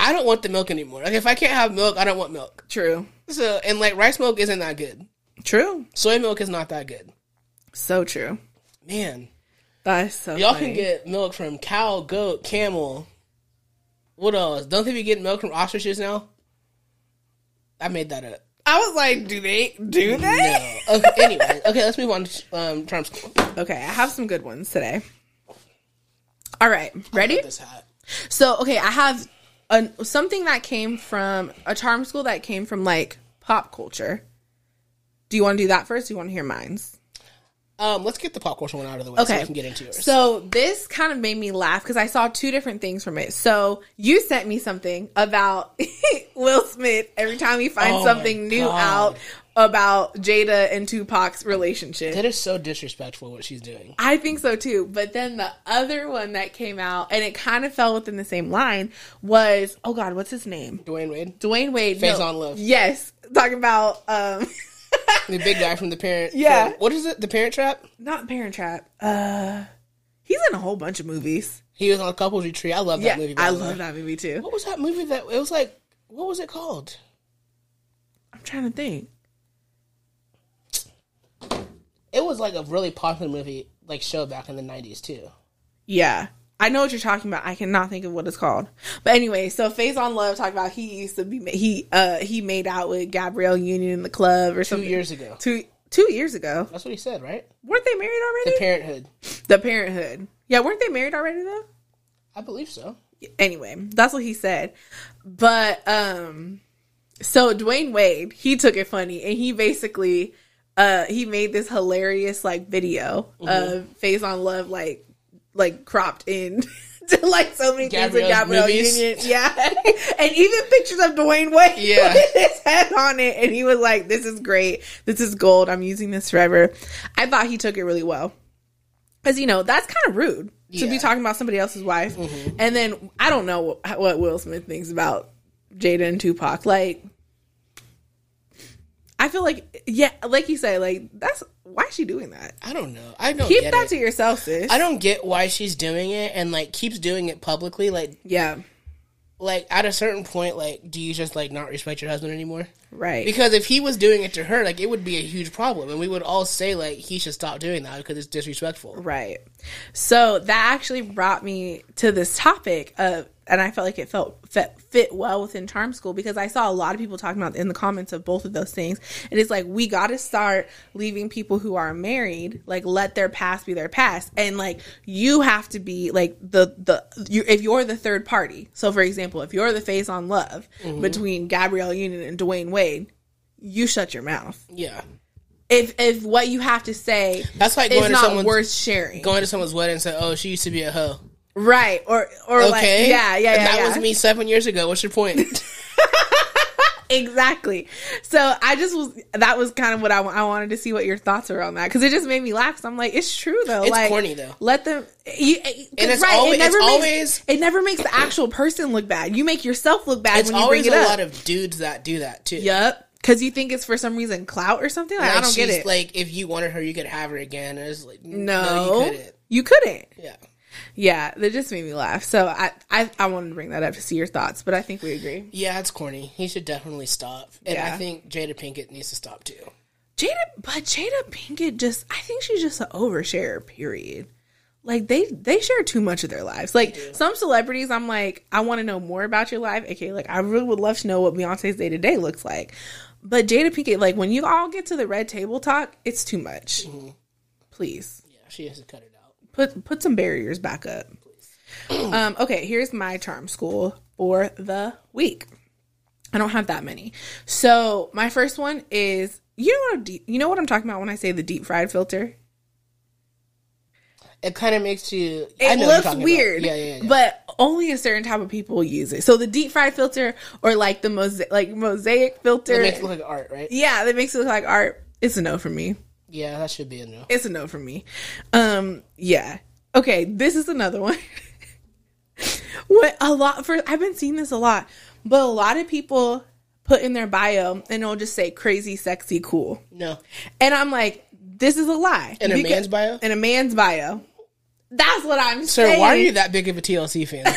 A: I don't want the milk anymore. Like if I can't have milk, I don't want milk.
B: True.
A: So and like rice milk isn't that good.
B: True.
A: Soy milk is not that good.
B: So true.
A: Man,
B: That's so.
A: y'all
B: funny.
A: can get milk from cow, goat, camel. What else? Don't think we get milk from ostriches now. I made that
B: [LAUGHS]
A: up.
B: I was like, do they? Do
A: No.
B: they?
A: Okay, anyway, okay, let's move on to um, charm school.
B: Okay, I have some good ones today. All right, ready?
A: This hat.
B: So, okay, I have an, something that came from a charm school that came from like pop culture. Do you want to do that first? Or do you want to hear mine's?
A: Um, let's get the pop culture one out of the way so we can get into yours.
B: So this kind of made me laugh because I saw two different things from it. So you sent me something about [LAUGHS] Will Smith every time he finds
A: Oh my
B: something new
A: God.
B: out about Jada and Tupac's relationship.
A: that is so disrespectful what she's doing.
B: I think so too. But then the other one that came out, and it kind of fell within the same line, was oh god, what's his name?
A: Dwayne Wade,
B: Dwayne Wade.
A: Face on Love.
B: Yes, talking about um, [LAUGHS]
A: the big guy from the Parent.
B: Yeah.
A: from- what is it? The Parent Trap.
B: not Parent Trap. Uh, he's in a whole bunch of movies.
A: He was on a couples retreat. I love that
B: yeah,
A: movie. by
B: I
A: the way.
B: love that movie too.
A: What was that movie that it was like? What was it called?
B: I'm trying to think.
A: It was like a really popular movie, like show back in the nineties too.
B: Yeah. I know what you're talking about. I cannot think of what it's called. But anyway, so Phase on Love talked about he used to be he uh he made out with Gabrielle Union in the club or
A: Two
B: something.
A: years ago.
B: Two two years ago.
A: That's what he said, right?
B: Weren't they married
A: The
B: already?
A: Parenthood.
B: The Parenthood. Yeah, weren't they married already though?
A: I believe so.
B: Anyway, that's what he said. But um so Dwayne Wade, he took it funny and he basically uh he made this hilarious like video
A: Mm-hmm.
B: of Phase on Love like like cropped in [LAUGHS] to like so many things
A: Gabrielle's
B: of Gabrielle
A: movies.
B: Union. Yeah. [LAUGHS] and even pictures of Dwayne Wade [LAUGHS]
A: Yeah.
B: with his head on it and he was like, This is great. This is gold. I'm using this forever. I thought he took it really well. Because you know that's kind of rude to be
A: Yeah. Mm-hmm.
B: talking about somebody else's wife, and then I don't know what, what Will Smith thinks about Jada and Tupac. Like, I feel like yeah, like you say, like that's why is she doing that.
A: I don't know. I don't
B: Keep
A: get
B: that
A: it.
B: to yourself, sis.
A: I don't get why she's doing it and like keeps doing it publicly. Like,
B: yeah,
A: like at a certain point, like, do you just like not respect your husband anymore?
B: right.
A: Because if he was doing it to her, like it would be a huge problem, and we would all say like he should stop doing that because it's disrespectful.
B: Right. So that actually brought me to this topic of, and I felt like it felt fit, fit well within charm school because I saw a lot of people talking about in the comments of both of those things. And it's like we got to start leaving people who are married, like let their past be their past, and like you have to be like the the you if you're the third party. So for example, if you're the face on love
A: Mm-hmm.
B: between Gabrielle Union and Dwayne Wade, you shut your mouth.
A: Yeah,
B: If if what you have to say
A: that's like
B: is
A: going to
B: not
A: someone's
B: worth sharing.
A: going to someone's wedding and say, "Oh, she used to be a hoe."
B: Right. Or or like
A: Okay,
B: yeah, yeah, yeah.
A: that
B: yeah.
A: was me seven years ago. What's your [LAUGHS] point?
B: Exactly. So I just was that was kind of what I, wa- I wanted to see what your thoughts were on that cuz it just made me laugh. So I'm like, it's true though.
A: It's
B: like,
A: corny, though.
B: Let them you, it-
A: And
B: 'cause,
A: it's
B: right,
A: alwa-
B: it never
A: it's
B: makes,
A: always-
B: it never makes the actual person look bad. You make yourself look bad
A: it's
B: when you bring
A: always
B: it
A: a
B: up.
A: lot of dudes that do that too.
B: yep. Cuz you think it's for some reason clout or something. Like,
A: Like,
B: I don't get
A: she's-
B: it.
A: Like if you wanted her, you could have her again. And it's like "Mm,
B: no.
A: you couldn't.
B: You couldn't.
A: Yeah,
B: Yeah, that just made me laugh. So I, I I wanted to bring that up to see your thoughts, but I think we agree.
A: yeah, it's corny. He should definitely stop, and
B: Yeah.
A: I think Jada Pinkett needs to stop too.
B: Jada, but Jada Pinkett just, I think she's just an oversharer, period. Like they they share too much of their lives. Like some celebrities, I'm like, I want to know more about your life. Okay, like I really would love to know what Beyonce's day to day looks like. But Jada Pinkett, like when you all get to the red table talk, it's too much. Please
A: Yeah, she has to cut it out.
B: put put some barriers back up. um, okay, here's my charm school for the week. I don't have that many. So my first one is you know what a deep, you know what I'm talking about when I say the deep fried filter.
A: It kind of makes you. I know
B: It
A: what you're
B: looks
A: talking about.
B: weird,
A: Yeah, yeah, yeah.
B: but only a certain type of people use it. So the deep fried filter or like the mosaic like mosaic filter,
A: it makes it look like art, right?
B: yeah, that makes it look like art. It's a no for me.
A: Yeah, that should be a no.
B: It's a no for me. Um, yeah. [LAUGHS] Okay, this is another one. what a lot for I've been seeing this a lot. But a lot of people put in their bio and it'll just say crazy, sexy, cool.
A: No.
B: And I'm like, this is a lie.
A: In a
B: Because-
A: man's bio?
B: In a man's bio. That's what I'm
A: Sir,
B: saying.
A: why are you that big of a TLC fan?
B: [LAUGHS]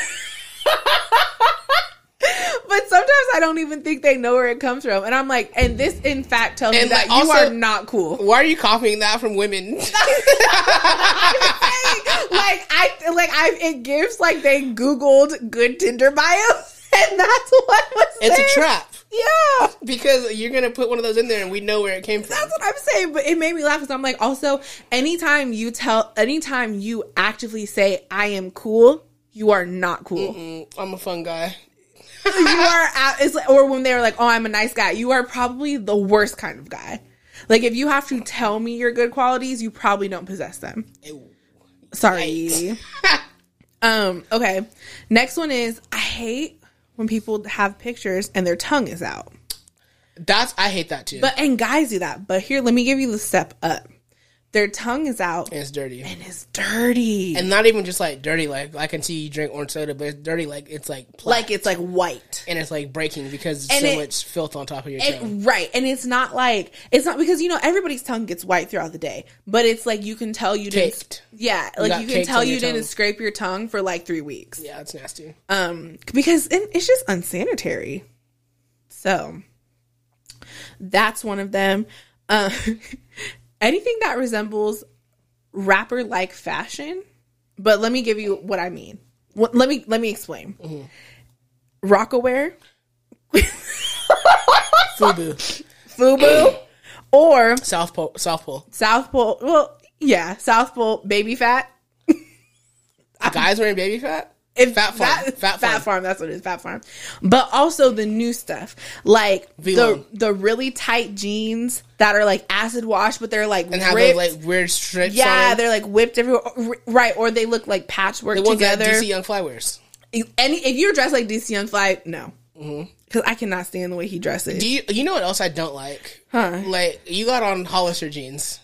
B: But sometimes I don't even think they know where it comes from. And I'm like, and this in fact tells me
A: And,
B: that
A: like,
B: you
A: also-
B: are not cool.
A: why are you copying that from
B: [LAUGHS]
A: women?
B: like I like I it gives like they googled good Tinder bios [LAUGHS] and that's what was
A: it's
B: there.
A: a trap
B: Yeah.
A: because you're gonna put one of those in there, and we know where it came from.
B: That's what I'm saying, but it made me laugh because I'm like, also, anytime you tell, anytime you actively say I am cool, you are not cool.
A: I'm a fun guy.
B: you are out, it's like, or when they were like, "Oh, I'm a nice guy," you are probably the worst kind of guy. Like if you have to tell me your good qualities, you probably don't possess them. Sorry.
A: [LAUGHS]
B: um. Okay. Next one is I hate when people have pictures and their tongue is out.
A: That's I hate that too.
B: But and guys do that. But here, let me give you the step up. Their tongue is out
A: And it's dirty,
B: and it's dirty.
A: and not even just like dirty. Like I can see you drink orange soda, but it's dirty. Like it's like like
B: like it's like white.
A: and it's like breaking because
B: And
A: so
B: it-
A: much filth on top of your tongue.
B: And, right. And it's not like it's not because you know everybody's tongue gets white throughout the day, but it's like you can tell you didn't
A: Caked.
B: Yeah,
A: got
B: like you, can
A: caked
B: tell
A: on
B: you
A: your tongue.
B: didn't scrape your tongue for like 3 weeks.
A: Yeah, it's nasty.
B: Um because it, it's just unsanitary. So that's one of them. Uh, [LAUGHS] anything that resembles rapper like fashion, but let me give you what I mean. What, let me let me explain. Rockaware
A: Fubu,
B: FUBU, or
A: South Pole, South Pole.
B: South Pole. Well, yeah, South Pole baby fat.
A: Guys wearing baby fat.
B: If
A: Fat Farm.
B: that-
A: Fat
B: fat,
A: Farm.
B: farm. That's what it is. Fat farm. But also the new stuff, like
A: V-Lone.
B: the the really tight jeans that are like acid wash, but they're like
A: And have
B: ripped.
A: those like weird strips.
B: yeah,
A: on.
B: they're like whipped everywhere. R- Right, or they look like patchwork
A: the ones that
B: together.
A: DC Young Fly wears.
B: Any if you're dressed like DC Young Fly, no,
A: Mm-hmm.
B: because I cannot stand the way he dresses.
A: Do you you know what else I don't like?
B: Huh.
A: Like you got on Hollister jeans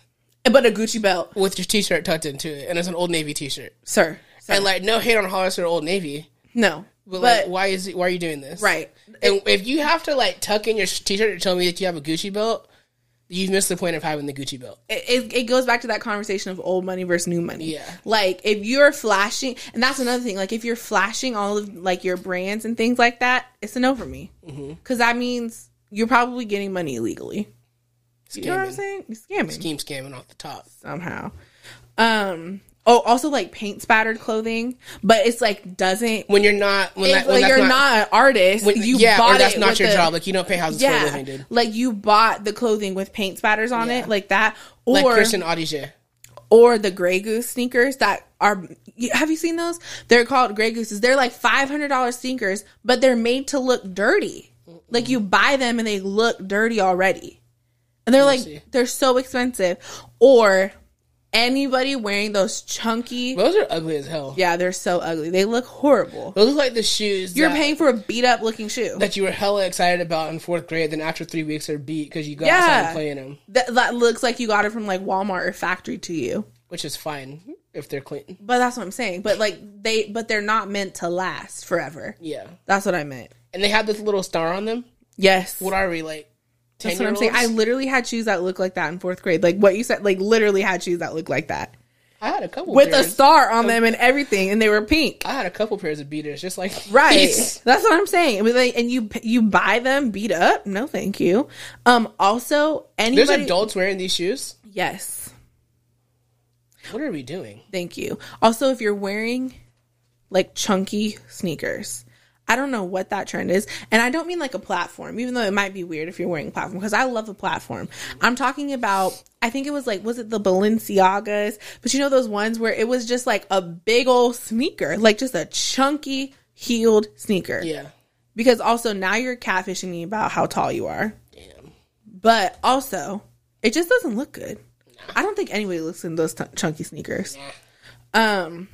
B: but a Gucci belt,
A: with your t-shirt tucked into it, and it's an Old Navy t-shirt.
B: sir. sir,
A: And like no hate on Hollister or Old Navy,
B: no,
A: but,
B: but,
A: like why is it, why are you doing this?
B: right.
A: And if you have to like tuck in your t-shirt to tell me that you have a Gucci belt, you've missed the point of having the Gucci belt.
B: it, it, it goes back to that conversation of old money versus new money.
A: Yeah.
B: Like if you're flashing, and that's another thing. Like if you're flashing all of like your brands and things like that, it's a no for me. Because
A: Mm-hmm.
B: that means you're probably getting money illegally. You know what I'm
A: Scamming.
B: saying? You're scamming
A: Scheme scamming off the top.
B: somehow. Um. Oh, also like paint spattered clothing, but it's like doesn't.
A: When you're not when,
B: It's
A: that, when
B: like
A: that's
B: you're not,
A: not,
B: an artist.
A: when,
B: you
A: yeah,
B: bought
A: or that's
B: it
A: not
B: with
A: your
B: a-
A: job. Like you don't pay houses for a living,
B: yeah,
A: dude.
B: like you bought the clothing with paint spatters on
A: Yeah.
B: it, like that, or
A: Like Christian Audige.
B: or the Grey Goose sneakers that are. you- Have you seen those? They're called Grey Gooses. They're like five hundred dollars sneakers, but they're made to look dirty. Like you buy them and they look dirty already, and they're like
A: see.
B: they're so expensive. Or anybody wearing those chunky,
A: Those are ugly as hell.
B: yeah, they're so ugly. They look horrible.
A: Those are like the shoes
B: You're
A: that-
B: paying for a beat up looking shoe.
A: that you were hella excited about in fourth grade. Then after three weeks, they're beat because you got
B: Yeah.
A: outside and playing them,
B: That, that looks like you got it from like Walmart or factory to you.
A: which is fine if they're clean.
B: But that's what I'm saying. But like they, but they're not meant to last forever.
A: Yeah,
B: That's what I meant.
A: and they have this little star on them.
B: Yes.
A: What are we like? 10
B: That's what I'm saying. I
A: I,
B: literally had shoes that looked like that in fourth grade. Like what you said, like literally had shoes that looked like that
A: had a couple
B: with a
A: pairs.
B: star on them and everything, and they were pink.
A: I had a couple pairs of beaters, just like
B: Right.
A: these.
B: That's what I'm saying. I mean, like, and you you buy them beat up? No, thank you. Um. Also, anybody?
A: [LAUGHS] There's adults wearing these shoes.
B: Yes,
A: What are we doing?
B: thank you. Also, if you're wearing like chunky sneakers. I don't know what that trend is. And I don't mean like a platform, even though it might be weird if you're wearing a platform, because I love a platform. I'm talking about, I think it was like, was it the Balenciagas? But you know those ones where it was just like a big old sneaker, like just a chunky heeled sneaker.
A: Yeah,
B: Because also now you're catfishing me about how tall you are. Damn. But also, it just doesn't look good. I don't think anybody looks in those t- chunky sneakers. Um,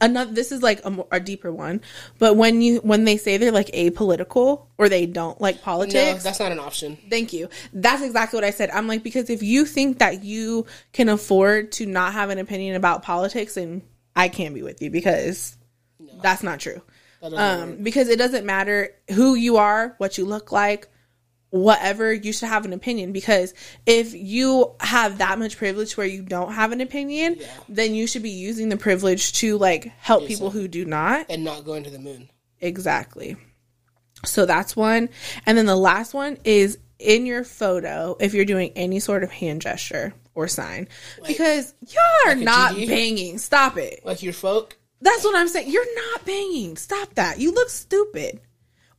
B: another. This is like a, mo- a deeper one, but when you when they say they're like apolitical or they don't like
A: no,
B: politics,
A: that's not an option.
B: Thank you. That's exactly what I said. I'm like, because if you think that you can afford to not have an opinion about politics, then I can't be with you because that's not true. um, because it doesn't matter who you are, what you look like, whatever, you should have an opinion. Because if you have that much privilege where you don't have an opinion, then you should be using the privilege to like help people who do not.
A: and not going to the moon.
B: Exactly. So that's one. And then the last one is in your photo if you're doing any sort of hand gesture or sign because y'all are not
A: GD?
B: banging. Stop it.
A: Like your folk.
B: That's what I'm saying. You're not banging. Stop that. You look stupid.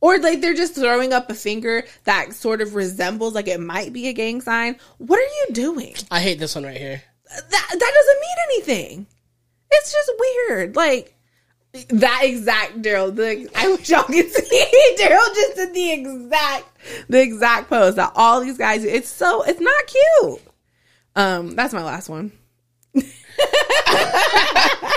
B: Or like they're just throwing up a finger that sort of resembles like it might be a gang sign. What are you doing?
A: I hate this one right here.
B: That that doesn't mean anything. It's just weird. Like that exact Daryl. The I wish y'all could [LAUGHS] see Daryl just did the exact the exact pose that all these guys. It's so it's not cute. Um, that's my last one. [LAUGHS]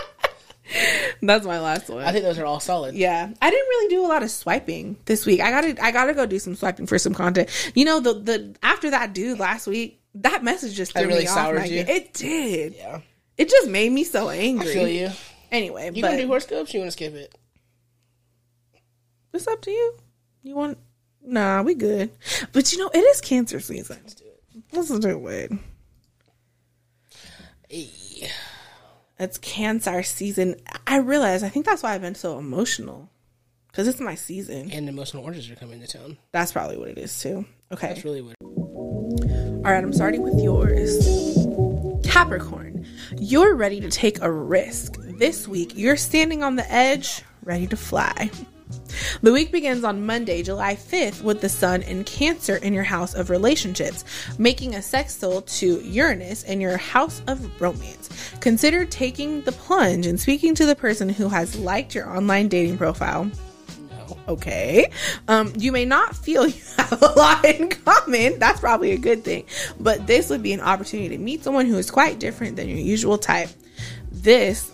B: that's my last one.
A: I think those are all solid.
B: Yeah, I didn't really do a lot of swiping this week. I gotta, I gotta go do some swiping for some content. You know, the the after that dude last week, that message just threw
A: really
B: me off.
A: soured
B: Like,
A: you?
B: It did.
A: Yeah.
B: It just made me so angry.
A: Feel you.
B: Anyway,
A: You
B: but
A: gonna do horoscopes? You wanna skip it?
B: it's up to you. You want? Nah, we good. But you know, it is cancer season. Let's do it. Let's do it. It's cancer season. I realize. I think that's why I've been so emotional. Because it's my season.
A: And emotional oranges are coming to town.
B: That's probably what it is too. Okay.
A: That's really what
B: All right, I'm starting with yours. Capricorn, you're ready to take a risk. This week, you're standing on the edge, ready to fly. The week begins on Monday, July 5th, with the Sun in Cancer in your house of relationships, making a sextile to Uranus in your house of romance. Consider taking the plunge and speaking to the person who has liked your online dating profile okay um you may not feel [LAUGHS] you have a lot in common that's probably a good thing but this would be an opportunity to meet someone who is quite different than your usual type this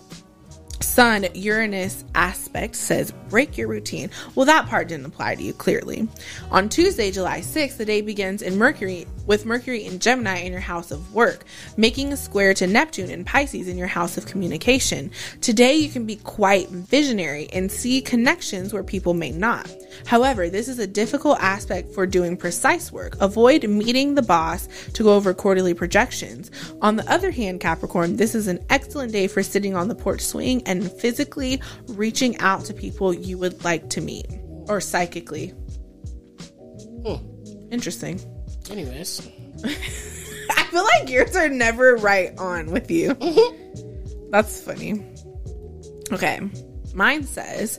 B: sun uranus aspect says break your routine well that part didn't apply to you clearly on tuesday july 6th the day begins in mercury with mercury in gemini in your house of work making a square to neptune in pisces in your house of communication today you can be quite visionary and see connections where people may not however this is a difficult aspect for doing precise work avoid meeting the boss to go over quarterly projections on the other hand capricorn this is an excellent day for sitting on the porch swing and physically reaching out to people you would like to meet or psychically interesting [LAUGHS]
A: anyways.
B: I feel like yours are never right on with you. That's funny. Okay. Mine says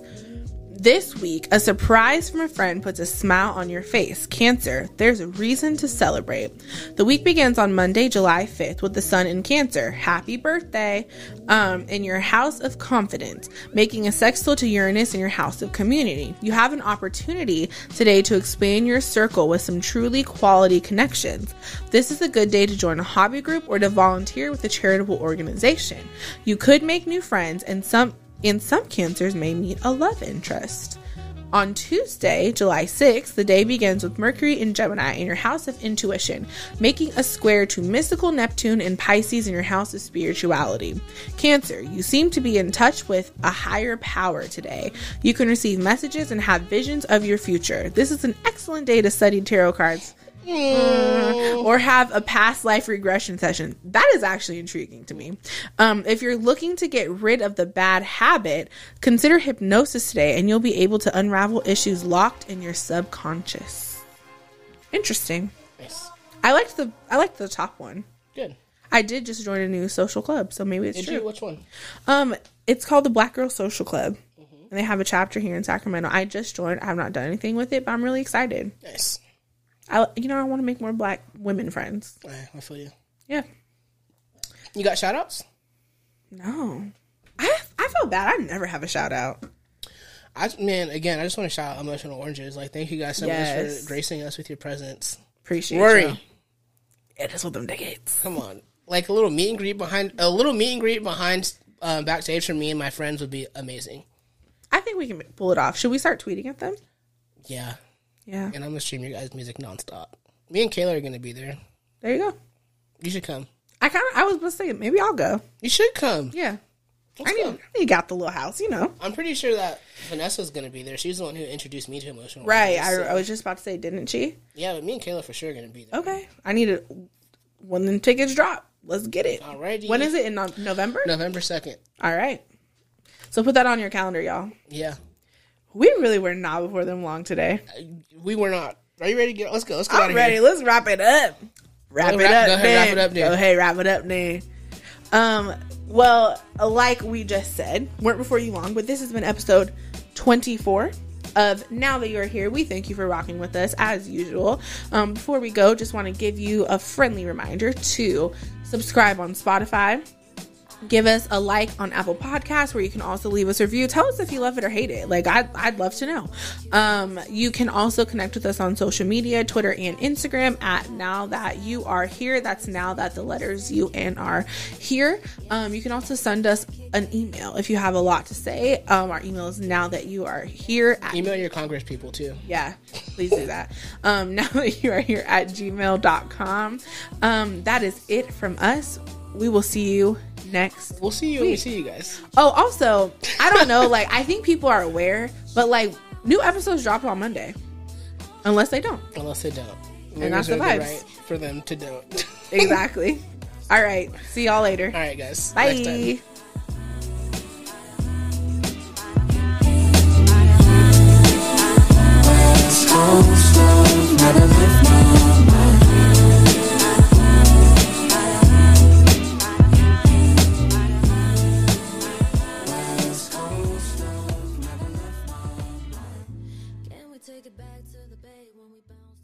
B: this week, a surprise from a friend puts a smile on your face. Cancer, there's a reason to celebrate. The week begins on Monday, July 5th, with the sun in Cancer. Happy birthday um, in your house of confidence, making a sextile to Uranus in your house of community. You have an opportunity today to expand your circle with some truly quality connections. This is a good day to join a hobby group or to volunteer with a charitable organization. You could make new friends, and some and some cancers may meet a love interest. On Tuesday, July 6th, the day begins with Mercury in Gemini in your house of intuition, making a square to mystical Neptune and Pisces in your house of spirituality. Cancer, you seem to be in touch with a higher power today. You can receive messages and have visions of your future. This is an excellent day to study tarot cards or have a past life regression session. That is actually intriguing to me. Um, if you're looking to get rid of the bad habit, consider hypnosis today and you'll be able to unravel issues locked in your subconscious. Interesting.
A: Nice.
B: I liked the I liked the top one.
A: Good.
B: I did just join a new social club, so maybe it's
A: Did
B: true.
A: you? Which one?
B: Um, it's called the Black Girl Social Club.
A: Mm-hmm.
B: And they have a chapter here in Sacramento. I just joined. I have not done anything with it, but I'm really excited.
A: Nice.
B: I, you know, I want to make more black women friends.
A: Alright, I feel you.
B: Yeah.
A: You got shout outs?
B: No. I I feel bad. I never have a shout out.
A: I man, again, I just want to shout out emotional oranges. Like, thank you guys so much
B: Yes.
A: for gracing us with your presence.
B: Appreciate
A: Worry,
B: you. It is with them decades.
A: come on, like a little meet and greet behind a little meet and greet behind um, backstage for me and my friends would be amazing.
B: I think we can pull it off. Should we start tweeting at them?
A: Yeah,
B: Yeah.
A: and I'm gonna stream your guys' music nonstop. Me and Kayla are gonna be there.
B: There you go.
A: You should come.
B: I kind of I was gonna say maybe I'll go.
A: You should come.
B: Yeah. I mean, you got the little house, you know.
A: I'm pretty sure that Vanessa's gonna be there. She's the one who introduced me to emotional.
B: Right.
A: awareness, so-
B: I, I was just about to say, didn't she?
A: yeah, but me and Kayla for sure gonna be there.
B: Okay. I need to when the tickets drop. Let's get it.
A: Alrighty.
B: When is it in no- November?
A: November second.
B: All right. So put that on your calendar, y'all.
A: Yeah,
B: We really were not before them long today.
A: we were not. Are you ready to get? Let's go. Let's get out
B: I'm
A: of
B: ready.
A: here.
B: Let's wrap it up. Wrap
A: Go
B: it
A: wrap-
B: up.
A: go ahead, wrap
B: then.
A: it up then.
B: Go ahead. Wrap it up then. Um. Well, like we just said, weren't before you long, but this has been episode 24 of Now That You're Here. We thank you for rocking with us as usual. Um, before we go, just want to give you a friendly reminder to subscribe on Spotify. give us a like on Apple Podcasts, where you can also leave us a review. Tell us if you love it or hate it. Like I, I'd love to know. Um, you can also connect with us on social media, Twitter and Instagram at Now That You Are Here. That's now that the letters U and R here. Um, you can also send us an email if you have a lot to say. Um, our email is Now That You Are Here at
A: Email your Congress people too.
B: yeah, please do that. Um, [LAUGHS] now that you are here at gmail.com. Um, that is it from us. We will see you next
A: We'll see you. when We see you guys.
B: Oh, also, I don't know. like, I think people are aware, but like, new episodes drop on Monday, unless
A: [LAUGHS]
B: they don't.
A: Unless they don't.
B: And that's
A: Maybe
B: the
A: there's
B: vibes.
A: right for them to don't. [LAUGHS]
B: Exactly. All right. See y'all later.
A: All right, guys.
B: Bye.
A: Next time.
F: Can we take it back to the bay when we bounce?